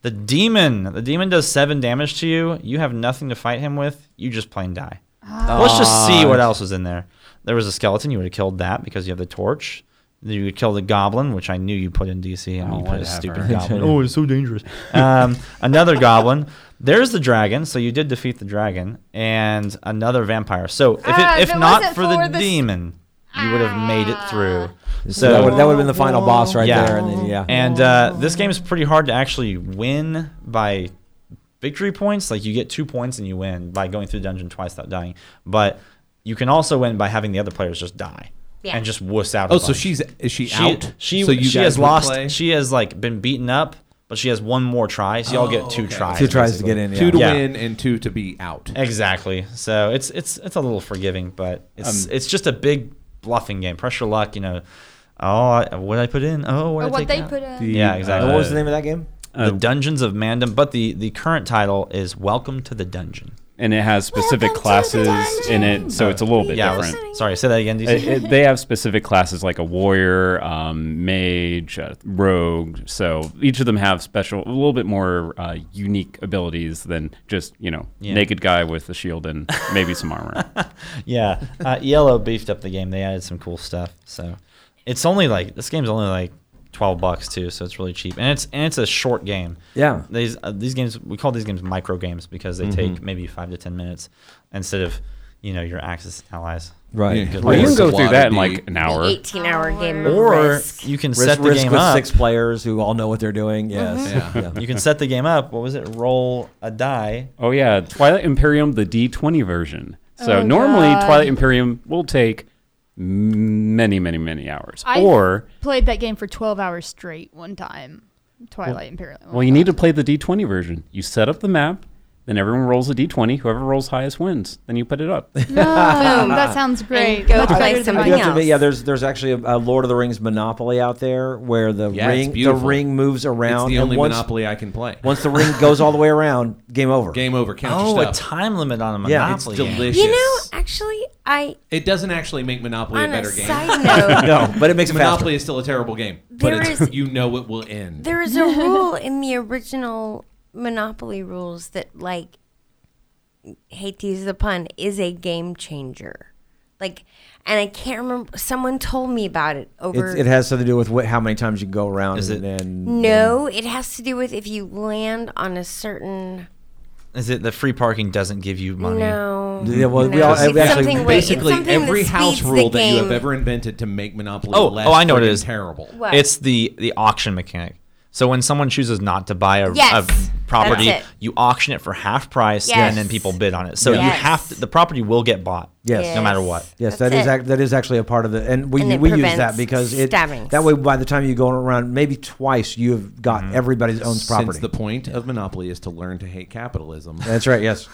The demon. The demon does seven damage to you. You have nothing to fight him with. You just plain die.
Ah.
Let's just see what else was in there. There was a skeleton. You would have killed that because you have the torch. You would kill the goblin, which I knew you put in DC. I mean,
Oh,
you put a stupid
whatever.
goblin. oh, it's so dangerous. Um, another goblin. There's the dragon. So you did defeat the dragon, and another vampire. So if,
Ah,
it,
if
if
it
not
wasn't
for the
for the s- Ah.
demon, you would have made it through.
so that would that would have been the final boss right
Yeah.
there, and then yeah.
And uh, this game is pretty hard to actually win by victory points. Like you get two points and you win by going through the dungeon twice without dying. But you can also win by having the other players just die
Yeah.
and just wuss out. a
Oh, so
bunch.
she's is she,
she
out?
She
so you
she
guys
has
would
lost.
play?
She has like been beaten up, but she has one more try. So y'all get two
Oh, okay.
tries.
Two tries to
basically.
get in. Yeah.
two to
Yeah.
win and two to be out.
Exactly. So it's it's it's a little forgiving, but it's
Um,
it's just a big bluffing game. Pressure luck, you know. Oh, I, what did I put in? Oh, what,
or
did I
what
take
they
out?
put uh, in.
Yeah, exactly.
And what was the name of that game?
Uh,
the Dungeons of Mandom, but the, the current title is Welcome to the Dungeon.
and it has specific classes in it, so it's a little bit
yeah, I was-
different.
sorry, say that again, DC.
It- it- they have specific classes like a warrior, um, mage, uh, rogue. So each of them have special, a little bit more uh, unique abilities than just you know
Yeah.
naked guy with a shield and maybe some armor.
yeah, uh, Yellow beefed up the game. They added some cool stuff. So it's only like this game's only like twelve bucks too, so it's really cheap, and it's and it's a short game.
Yeah.
these uh, these games we call these games micro games because they take maybe five to ten minutes instead of you know your Axis and allies.
Right.
Yeah.
Good
Well, you
lord.
can go
Risk
through
of
that in
water
like an hour.
Eighteen hour game of
Or
risk.
you can
Risk,
set the
risk
game
with
up.
six players who all know what they're doing.
Mm-hmm.
Yes.
Yeah.
Yeah.
You can set the game up. What was it? Roll a die.
Oh yeah, Twilight Imperium, the D20 version. So
Oh,
normally
God.
Twilight Imperium will take many, many, many hours.
I-
or
Played that game for 12 hours straight one time. Twilight Imperial.
well, you need to play the D20 version. You set up the map, then everyone rolls a D20. Whoever rolls highest wins. Then you put it up.
No, that sounds great.
go
Much
play
better than
I
something
do
mine.
have to admit,
else.
yeah, there's there's actually a, a Lord of the Rings Monopoly out there where the
Yeah, it's
ring the
beautiful.
ring moves around.
It's the
and
only
once,
Monopoly I can play.
once the ring goes all the way around, game over.
Game over. Count
Oh,
your
a
stuff.
time limit on a
Yeah.
Monopoly.
it's
game.
delicious.
You know, actually, I
it doesn't actually make Monopoly a
on a
better game.
side note,
No, but it makes it
Monopoly is still a terrible game, but
There
it's,
is-
you know it will end.
there is a rule in the original Monopoly rules that, like, hate to use the pun, is a game changer. Like, and I can't remember. Someone told me about it over.
faster. It, it has something to do with what, how many times you can go around.
Is
and,
it-
Hmm.
and
no, it has to do with if you land on a certain.
Is it the free parking doesn't give you money?
No, No.
Yeah, well, we
No.
all-
It's
we actually-
something- wait, it's
Basically,
something that
every house
speeds the
rule that you have
game.
ever invented to make Monopoly
Oh,
less
oh, I know what it
friggin'
is.
terrible.
What?
It's the the auction mechanic. So when someone chooses not to buy a,
Yes,
a property,
that's it.
you auction it for half price,
Yes.
and then people bid on it. So you
Yes.
have to, the property will get bought.
Yes.
no matter what.
Yes,
That's
that is
it.
ac- that is actually a part of the, and we
And it
we use
prevents
that because it
stabbings.
that way by the time you go around maybe twice you have got everybody's own property.
Mm-hmm. Since the point of Monopoly is to learn to hate capitalism,
That's right. Yes.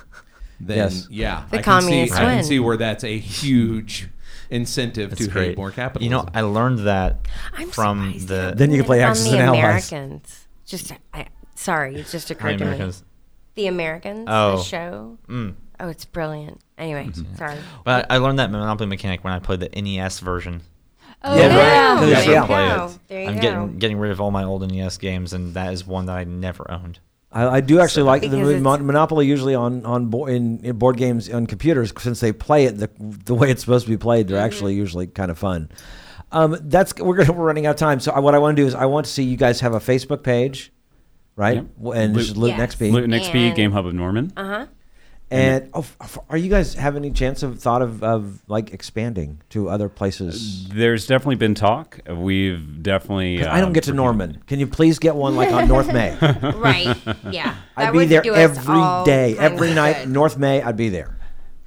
then
yes.
yeah,
The
I can see,
communists
I can
win.
see where that's a huge incentive
That's
to hate
great.
more
You
capitalism.
know, I learned that
I'm
from
surprised
the,
Then you can play
on
Axis
the
and Allies.
Americans. Just, I, sorry, it just
Hi,
occurred to me.
Americans.
The Americans,
Oh. Mm. Mm-hmm.
the show. Oh, it's brilliant. Anyway, sorry.
But I learned that Monopoly mechanic when I played the NES version.
Oh,
Yeah,
wow.
right. Yeah.
There you
Yeah.
go. There you
I'm
go.
getting getting rid of all my old NES games, and that is one that I never owned.
I, I do actually like the
Because
mon-
it's-
Monopoly usually on on bo- in, in board games on computers since they play it the the way it's supposed to be played. They're
Mm-hmm.
actually usually kind of fun. Um, that's we're gonna, we're running out of time. So I, what I want to do is I want to see you guys have a Facebook page, right?
Yep.
W- And just loot
Yes.
next
Loot
beat.
and XP,
And-
Game Hub of Norman.
Uh.
And oh, f- f- are you guys have any chance of thought of, of like expanding to other places?
There's definitely been talk. We've definitely.
'Cause I don't
um,
get to Norman. Can you please get one like on North May?
Right. Yeah. That
I'd be
would
there
do us
every
all
day,
kinds
every
of
night.
good.
North May, I'd be there.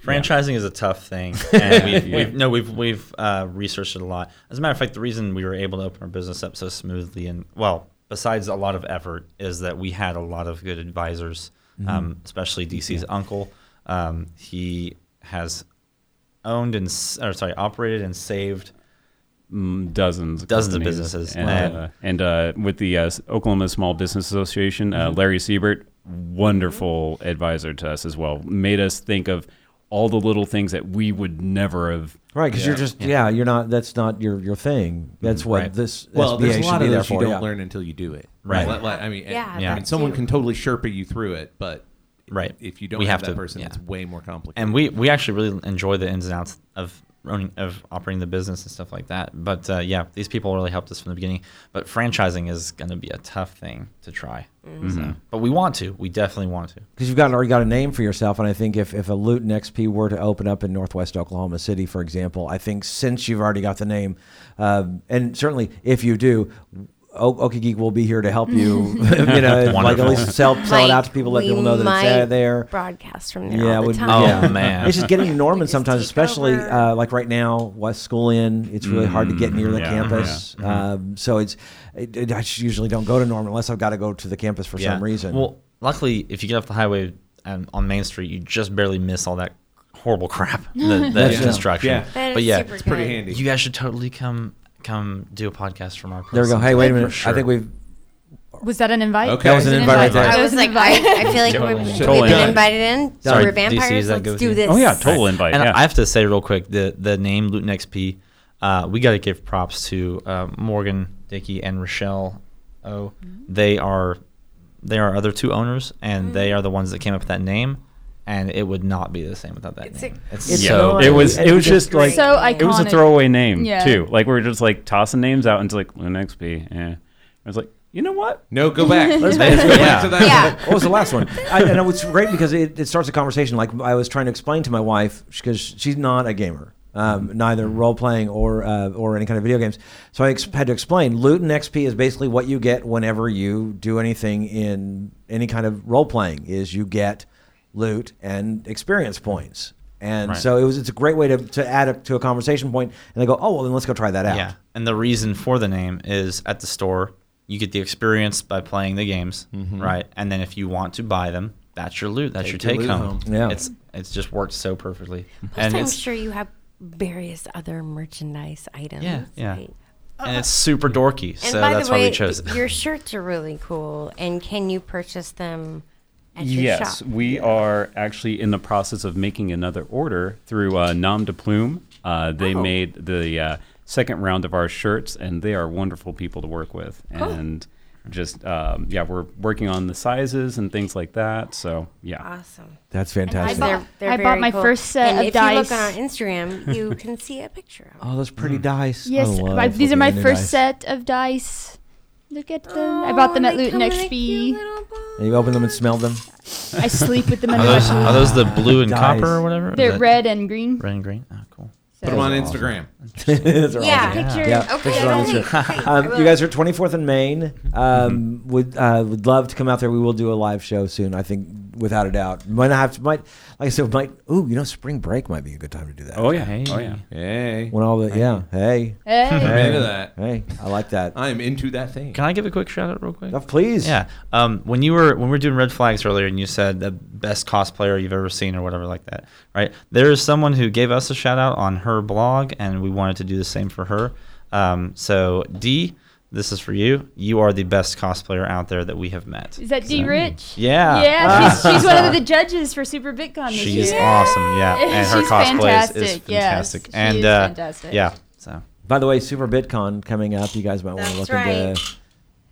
Franchising is a tough thing, and we've,
Yeah.
we've no, we've we've uh, researched it a lot. As a matter of fact, the reason we were able to open our business up so smoothly and well, besides a lot of effort, is that we had a lot of good advisors, um, especially DC's uncle. Um, he has owned and s- or sorry, operated and saved.
mm, dozens, of
Dozens of
companies.
businesses.
and,
Wow.
uh, and uh, with the uh, S- Oklahoma Small Business Association, uh, Larry Siebert, wonderful advisor to us as well, made us think of all the little things that we would never have.
Right, because you're just yeah. you're not. That's not your your thing. That's what
Right.
this
Mm-hmm, well,
SBA
there's a lot
should
of
be there
those you
for.
don't
yeah.
learn until you do it.
Right.
Like- like, I mean,
Yeah,
I
Yeah.
mean,
that
someone
too.
can totally Sherpa you through it, but
Right.
if you don't
We
have,
have
that
to-
person,
yeah.
it's way more complicated.
and we we actually really enjoy the ins and outs of owning of operating the business and stuff like that. But uh, yeah, these people really helped us from the beginning. But franchising is going to be a tough thing to try.
Mm-hmm.
So, but we want to. We definitely want to.
because you've got already got a name for yourself. And I think if, if a Luton XP were to open up in Northwest Oklahoma City, for example, I think since you've already got the name, um, and certainly if you do, o- Okie Geek will be here to help you. you know, like at
Wonderful.
least sell sell it
Might-
out to people, let
we
people know that it's
might
out there.
Broadcast from there.
Yeah,
all the
would,
time.
yeah.
Oh, man.
it's just getting to
We
Norman
just
sometimes,
take
especially
over.
uh, like right now, West School Inn. It's really hard to get
Mm,
near the
yeah,
campus,
Mm-hmm.
um, so it's it, it- I just usually don't go to Norman unless I've got to go to the campus for some reason.
Well, luckily, if you get off the highway um, on Main Street, you just barely miss all that horrible crap, the, the
Yeah.
construction.
Yeah.
That is
But yeah,
super
it's
pretty
good.
handy.
you guys should totally come come do a podcast from our place.
there we go. Hey, wait a
For
minute.
sure.
I think we've
Was that an invite?
Okay. That was
an invite right there.
I was like, I, I feel like we're,
Totally.
we've
Totally.
been invited in. So
Sorry,
we're
DC, is
vampires.
that
Let's
good with
do
you?
this.
Oh yeah, total invite.
And
yeah.
I have to say real quick the the name Luton XP. Uh, we got to give props to uh, Morgan Dickey and Rochelle. Oh,
Mm-hmm.
they are they are other two owners, and they
Mm.
are the ones that came up with that name. And it would not be the same without that
It's
name.
a-
it's
It's
yeah,
so-
it was it was
it's
just like
so iconic.
it was a throwaway name
Yeah.
too. Like we were just like tossing names out and it's like Linux XP. Yeah. I was like, you know what?
no, go back. Let's
They-
go back
yeah.
to that.
Yeah.
what was the last one? I, and it was great because it, it starts a conversation. Like I was trying to explain to my wife because she's not a gamer, um, neither
Mm-hmm.
role playing or uh, or any kind of video games. So I ex- had to explain. Loot and XP is basically what you get whenever you do anything in any kind of role playing. Is you get loot and experience points. And
Right.
so it was. It's a great way to, to add it to a conversation point, and they go, "Oh well, then let's go try that out."
Yeah. And the reason for the name is at the store, you get the experience by playing the games,
Mm-hmm.
right? And then if you want to buy them, that's your loot. That's
Take
your
your
take
loot
home.
home.
Yeah.
It's it's just worked so perfectly.
Plus,
and
I'm
it's
sure you have various other merchandise items.
Yeah, yeah.
like-
and it's super dorky.
And
so
by
that's
the way,
why we chose it.
your shirts are really cool. And can you purchase them at your
Yes,
shop?
we are actually in the process of making another order through uh, Nom de Plume. Uh, they
Oh.
made the uh, second round of our shirts, and they are wonderful people to work with. And just um, yeah, we're working on the sizes and things like that. So yeah,
Awesome.
that's
I
fantastic.
bought- I bought
very
my first set
and
of
if
dice.
you look on our Instagram, you can see a picture of it.
oh, those
Mm.
pretty dice.
Yes,
I love
I- these are
looking
my
at new
first
dice.
set
Oh,
of dice. Look at them. I bought them at
Oh, They
Loot
come
and
in a cute
XP.
little box.
And you opened them and smelled them.
I sleep with them
Are
under my
those,
pillow.
are those the blue and
Guys.
copper or whatever? Is
They're
that-
red and green.
Red and green. Oh, cool.
Put them on Instagram.
Those are
Yeah.
awesome.
Picture.
Yeah,
Okay,
pictures are on
okay,
Instagram.
okay, I
Um,
will.
you guys are 24th in Maine. Um, Would uh, would love to come out there. We will do a live show soon. I think, without a doubt. Might not have to. Might like I said. Might. Ooh, you know, spring break might be a good time to do that.
Oh yeah.
Hey.
Oh yeah.
Hey.
When all the yeah. Hey.
Hey.
I'm into that.
Hey. I like that.
I am into that thing.
Can I give a quick shout out real quick?
Oh, please.
Yeah. Um, when you were when we were doing red flags earlier, and you said the best cosplayer you've ever seen or whatever like that, right? There is someone who gave us a shout out on her blog, and we wanted to do the same for her. Um, so D, this is for you. You are the best cosplayer out there that we have met.
Is that D Rich?
Yeah.
Yeah, she's, she's one of the judges for Super VidCon this
She's
year.
awesome. Yeah, and her
She's
cosplay is- is,
fantastic, yes.
fantastic.
She
and
is
uh,
fantastic.
yeah. So
By the way, Super BitCon coming up. You guys might want to
That's
look
right.
into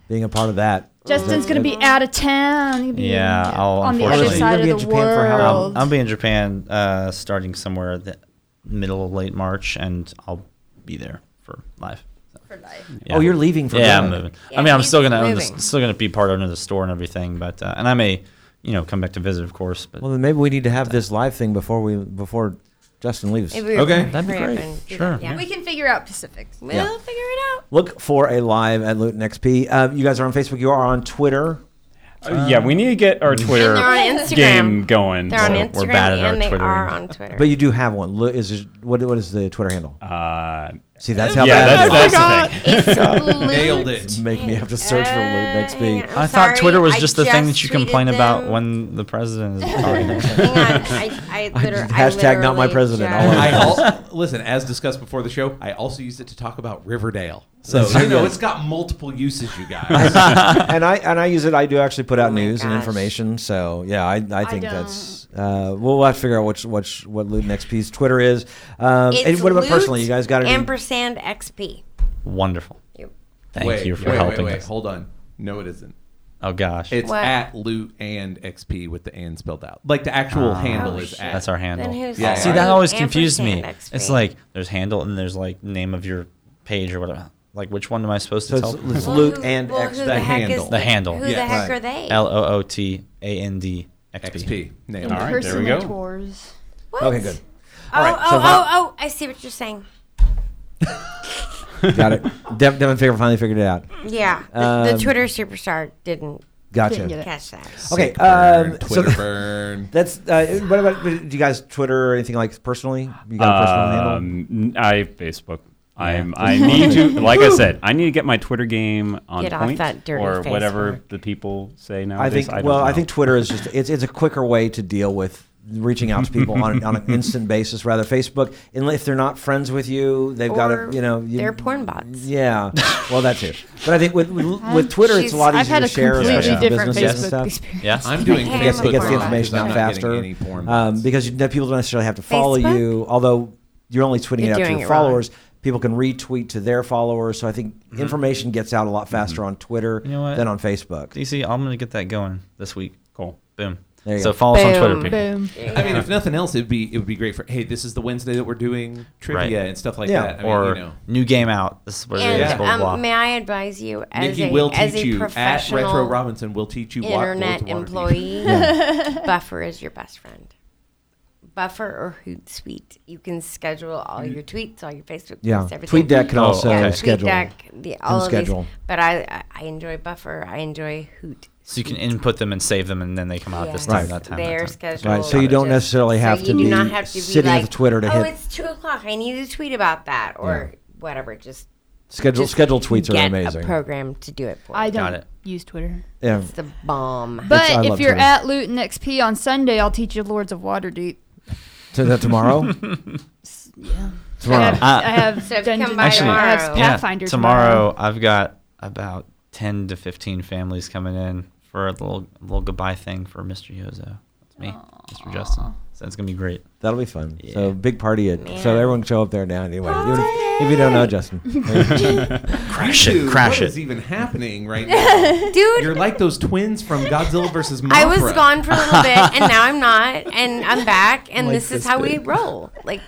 being a part of that.
Justin's gonna be out of town. He'll be
Yeah,
on-
I'll
on the other
unfortunately-
side
You're gonna
of the
be in Japan for how long?
world.
Um, I'll be in Japan uh, starting somewhere the middle of late March, and I'll be there for live. So, yeah.
Oh, you're leaving for
yeah,
good.
I'm moving.
Yeah,
I mean, I'm
he's
still gonna own this,
moving.
still gonna be part owner of the store and everything, but uh, and I may, you know, come back to visit, of course. But
Well, then maybe we need to have this live thing before we before Justin leaves.
Maybe we
Okay,
can
that'd be
hurry up
great.
and do
Sure.
that, Yeah.
Yeah.
We
We
can,
can figure out Pacifics.
we'll figure it out.
Look for a live at Luton XP. Uh, you guys are on Facebook. You are on Twitter.
Uh, yeah, we need to get our
And they're
Twitter
on Instagram.
game going.
They're on
So,
Instagram
we're bad at our
and they
Twittering.
are on Twitter.
But you do have one. Lu- Is it- what? What is the Twitter handle?
uh,
See, that's how
yeah,
bad
that's,
it is.
Oh
that's the thing.
Nailed it.
Make me have to search for Luton
Uh,
XP.
I thought Twitter was just the thing that you complain about when the president is talking.
Hang on, I, I, liter- I
hashtag not my
literally
president,
just-
all over.
I also, listen, as discussed before the show, I also used it to talk about Riverdale. So, you know, it's got multiple uses, you guys.
and I and I use it. I do actually put out
Oh my
news and
gosh.
information. So yeah, I, I think that's uh, we'll have to figure out which which what Luton XP's Twitter is. Um,
It's
and what about
Loot
personally? You guys got any?
ampersand XP.
Wonderful.
You-
Thank
wait,
you for
wait,
helping
wait, wait.
us.
Hold on. No, it isn't.
Oh gosh,
It's
What?
at loot and XP with the and spelled out. Like the actual handle
Oh,
is
shit.
at.
Uh, Ah, that's our handle.
Then who's
Yeah.
See,
Alright.
that always
Ampersand
confused me.
XP.
It's like there's handle and there's like name of your page or whatever. Like which one am I supposed
so
to
it's,
tell?
it's
Well,
Loot
who-
and
well,
X.
who the
that
heck
handle.
is
The handle,
Who the
yeah.
heck
Right.
are they?
L O O T A N D X
XP.
P.
Nailed
All
it.
right, there we
Personal
go.
tours.
What?
Okay, good.
Oh,
right,
oh,
so that-
oh, oh! I see what you're saying. oh.
Got it. Dev, Devin Fager finally figured it out.
Yeah, the,
Um,
the Twitter superstar didn't
Gotcha.
Didn't get it.
catch that.
Okay.
Sick burn,
Um, so
Twitter burn.
that's uh, what about do you guys Twitter or anything like personally? You got a personal handle?
Um, n- I Facebook. I'm. I need to. Like I said, I need to get my Twitter game on
Get off
point
that dirty
or whatever
Facebook.
the people say now.
I think.
I don't
well, I
know.
think Twitter is just it's it's a quicker way to deal with reaching out to people on, on an instant basis rather Facebook and if they're not friends with you they've got
Or
to you know you,
they're porn bots.
yeah well that too but I think with with, with Twitter it's a lot easier
Uh, I've had
to
a
share
completely
especially for
different
businesses and
Facebook
stuff
experience.
Yeah.
I'm doing
I
it gets,
Facebook
it gets the
Live
information
because I'm
out
not getting
faster
any porn
um,
bots.
because you, that people don't necessarily have to follow
Facebook?
you although you're only tweeting
You're
it out to
doing
your
it wrong.
followers people can retweet to their followers so I think
Mm-hmm.
information gets out a lot faster on Twitter
You know what?
than on Facebook
DC, I'm gonna get that going this week.
Cool.
Boom.
There you
so
go.
follow us on Twitter.
Boom.
people.
Boom.
I mean, if nothing else, it'd be it would be great for. Hey, this is the Wednesday that we're doing trivia
Right.
and stuff like
Yeah.
that. I mean,
or
you know.
new game out. This is what it is.
And
Blah, blah, blah.
um, may I advise you as
Nikki
a
will
as
teach
a
you at
professional
Retro Robinson. Will teach you what
internet
what to want to do.
employee, Buffer is your best friend. Buffer or Hootsuite, you can schedule all your tweets, all your Facebook
yeah
posts, everything.
TweetDeck can
Oh,
also
okay.
schedule
TweetDeck, the, all of
schedule.
These, but I, I I enjoy Buffer. I enjoy Hoot.
so you can input them and save them, and then they come out this time,
Right.
that time.
They're
That time.
scheduled.
Right, so you don't necessarily have
you
to
do
be
not have to be
sitting at
like,
the Twitter to
oh,
hit-
it's two o'clock. I need to tweet about that or whatever. Just
schedule
just
schedule tweets are
get
amazing
A program to do it for.
I
I,
don't
it.
use Twitter.
yeah
it's the bomb.
That's- I
But
love
if you're
Twitter.
at Luton XP on Sunday, I'll teach you Lords of Waterdeep.
So that tomorrow
Yeah. I
tomorrow
have, I have
So if you come
Dungeon-
by Actually,
I have
tomorrow.
Yeah,
Pathfinder
tomorrow, I've got about ten to fifteen families coming in for a little little goodbye thing for Mr. Yozo. That's me, Mr. Justin. So it's gonna be great.
That'll be fun.
Yeah.
So big party at so
Man.
everyone can show up there now anyway. Even if you don't know Justin.
Crash
Dude,
it, crash
What
it.
is even happening right now?
Dude,
You're like those twins from Godzilla versus Mothra.
I was gone for a little bit, and now I'm not, and I'm back, and
Like
this is
this
how we
big.
roll. Like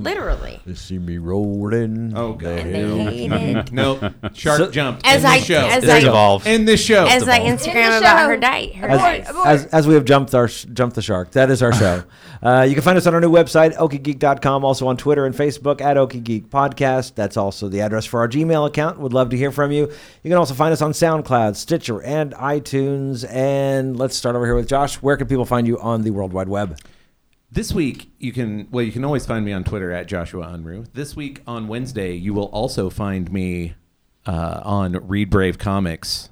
Literally.
They see me rolling.
Oh, God.
And they hate it.
No, shark
So-
jumped.
As
in
I-
this show.
as
It's
I-
evolved.
in this show.
As I
It's
Instagram
the
about
show.
her diet, her
As,
voice.
as, as we have jumped our jumped the shark, that is our show. Uh, you can find us on our new website, okiegeek.com, also on Twitter and Facebook at okiegeek podcast. That's also the address for our Gmail account. Would love to hear from you. You can also find us on SoundCloud, Stitcher, and iTunes. And let's start over here with Josh. Where can people find you on the World Wide Web?
This week, you can, well, you can always find me on Twitter at Joshua Unruh. This week on Wednesday, you will also find me uh, on Read Brave Comics.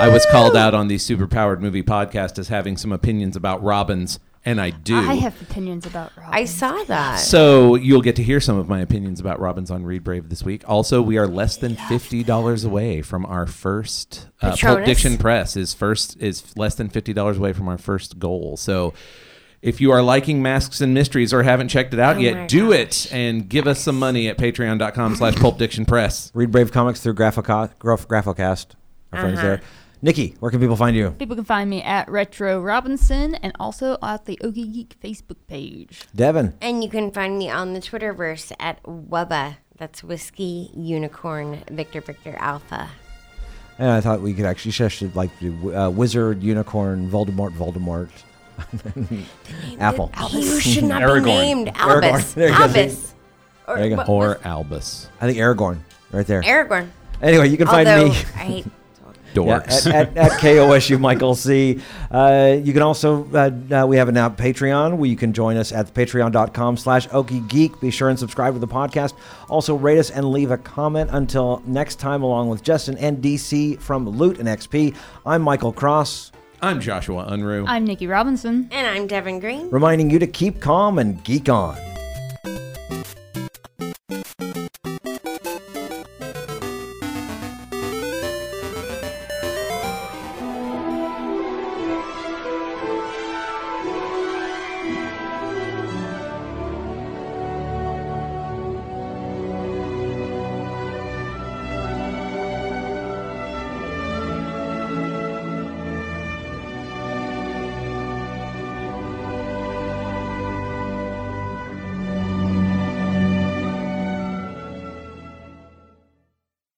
I was called out on the Superpowered Movie podcast as having some opinions about Robbins, and I do.
I have opinions about Rob.
I saw that.
So you'll get to hear some of my opinions about Robbins on Read Brave this week. Also, we are less than fifty dollars away from our first uh, Pulp
Patronus.
Diction Press is first is less than fifty dollars away from our first goal. So. If you are liking Masks and Mysteries or haven't checked it out
Oh my
yet, do it and give us some money at patreon.com slash Pulp Diction Press.
Read Brave Comics through Graphico- Graph- Graphocast. Our friends there. Nikki, where can people find you?
People can find me at Retro Robinson and also at the Oogie Geek Facebook page.
Devin.
And you can find me on the Twitterverse at Wubba. That's Whiskey Unicorn Victor Victor Alpha.
And I thought we could actually just should like do uh, Wizard, Unicorn, Voldemort, Voldemort, Apple.
You should not
Aragorn.
be named
Aragorn.
Albus.
There you go.
Albus.
There you go.
what
Or
was-
Albus.
I think Aragorn, right there.
Aragorn.
anyway, you can find
Although,
me.
I hate.
Yeah,
Dorks.
at, at, at KOSU Michael C. Uh, you can also, uh, uh, we have an now Patreon where you can join us at patreon.com slash okiegeek. Be sure and subscribe to the podcast. Also rate us and leave a comment. Until next time, along with Justin and DC from Loot and XP, I'm Michael Cross,
I'm Joshua Unruh.
I'm Nikki Robinson.
And I'm Devin Green.
reminding you to keep calm and geek on.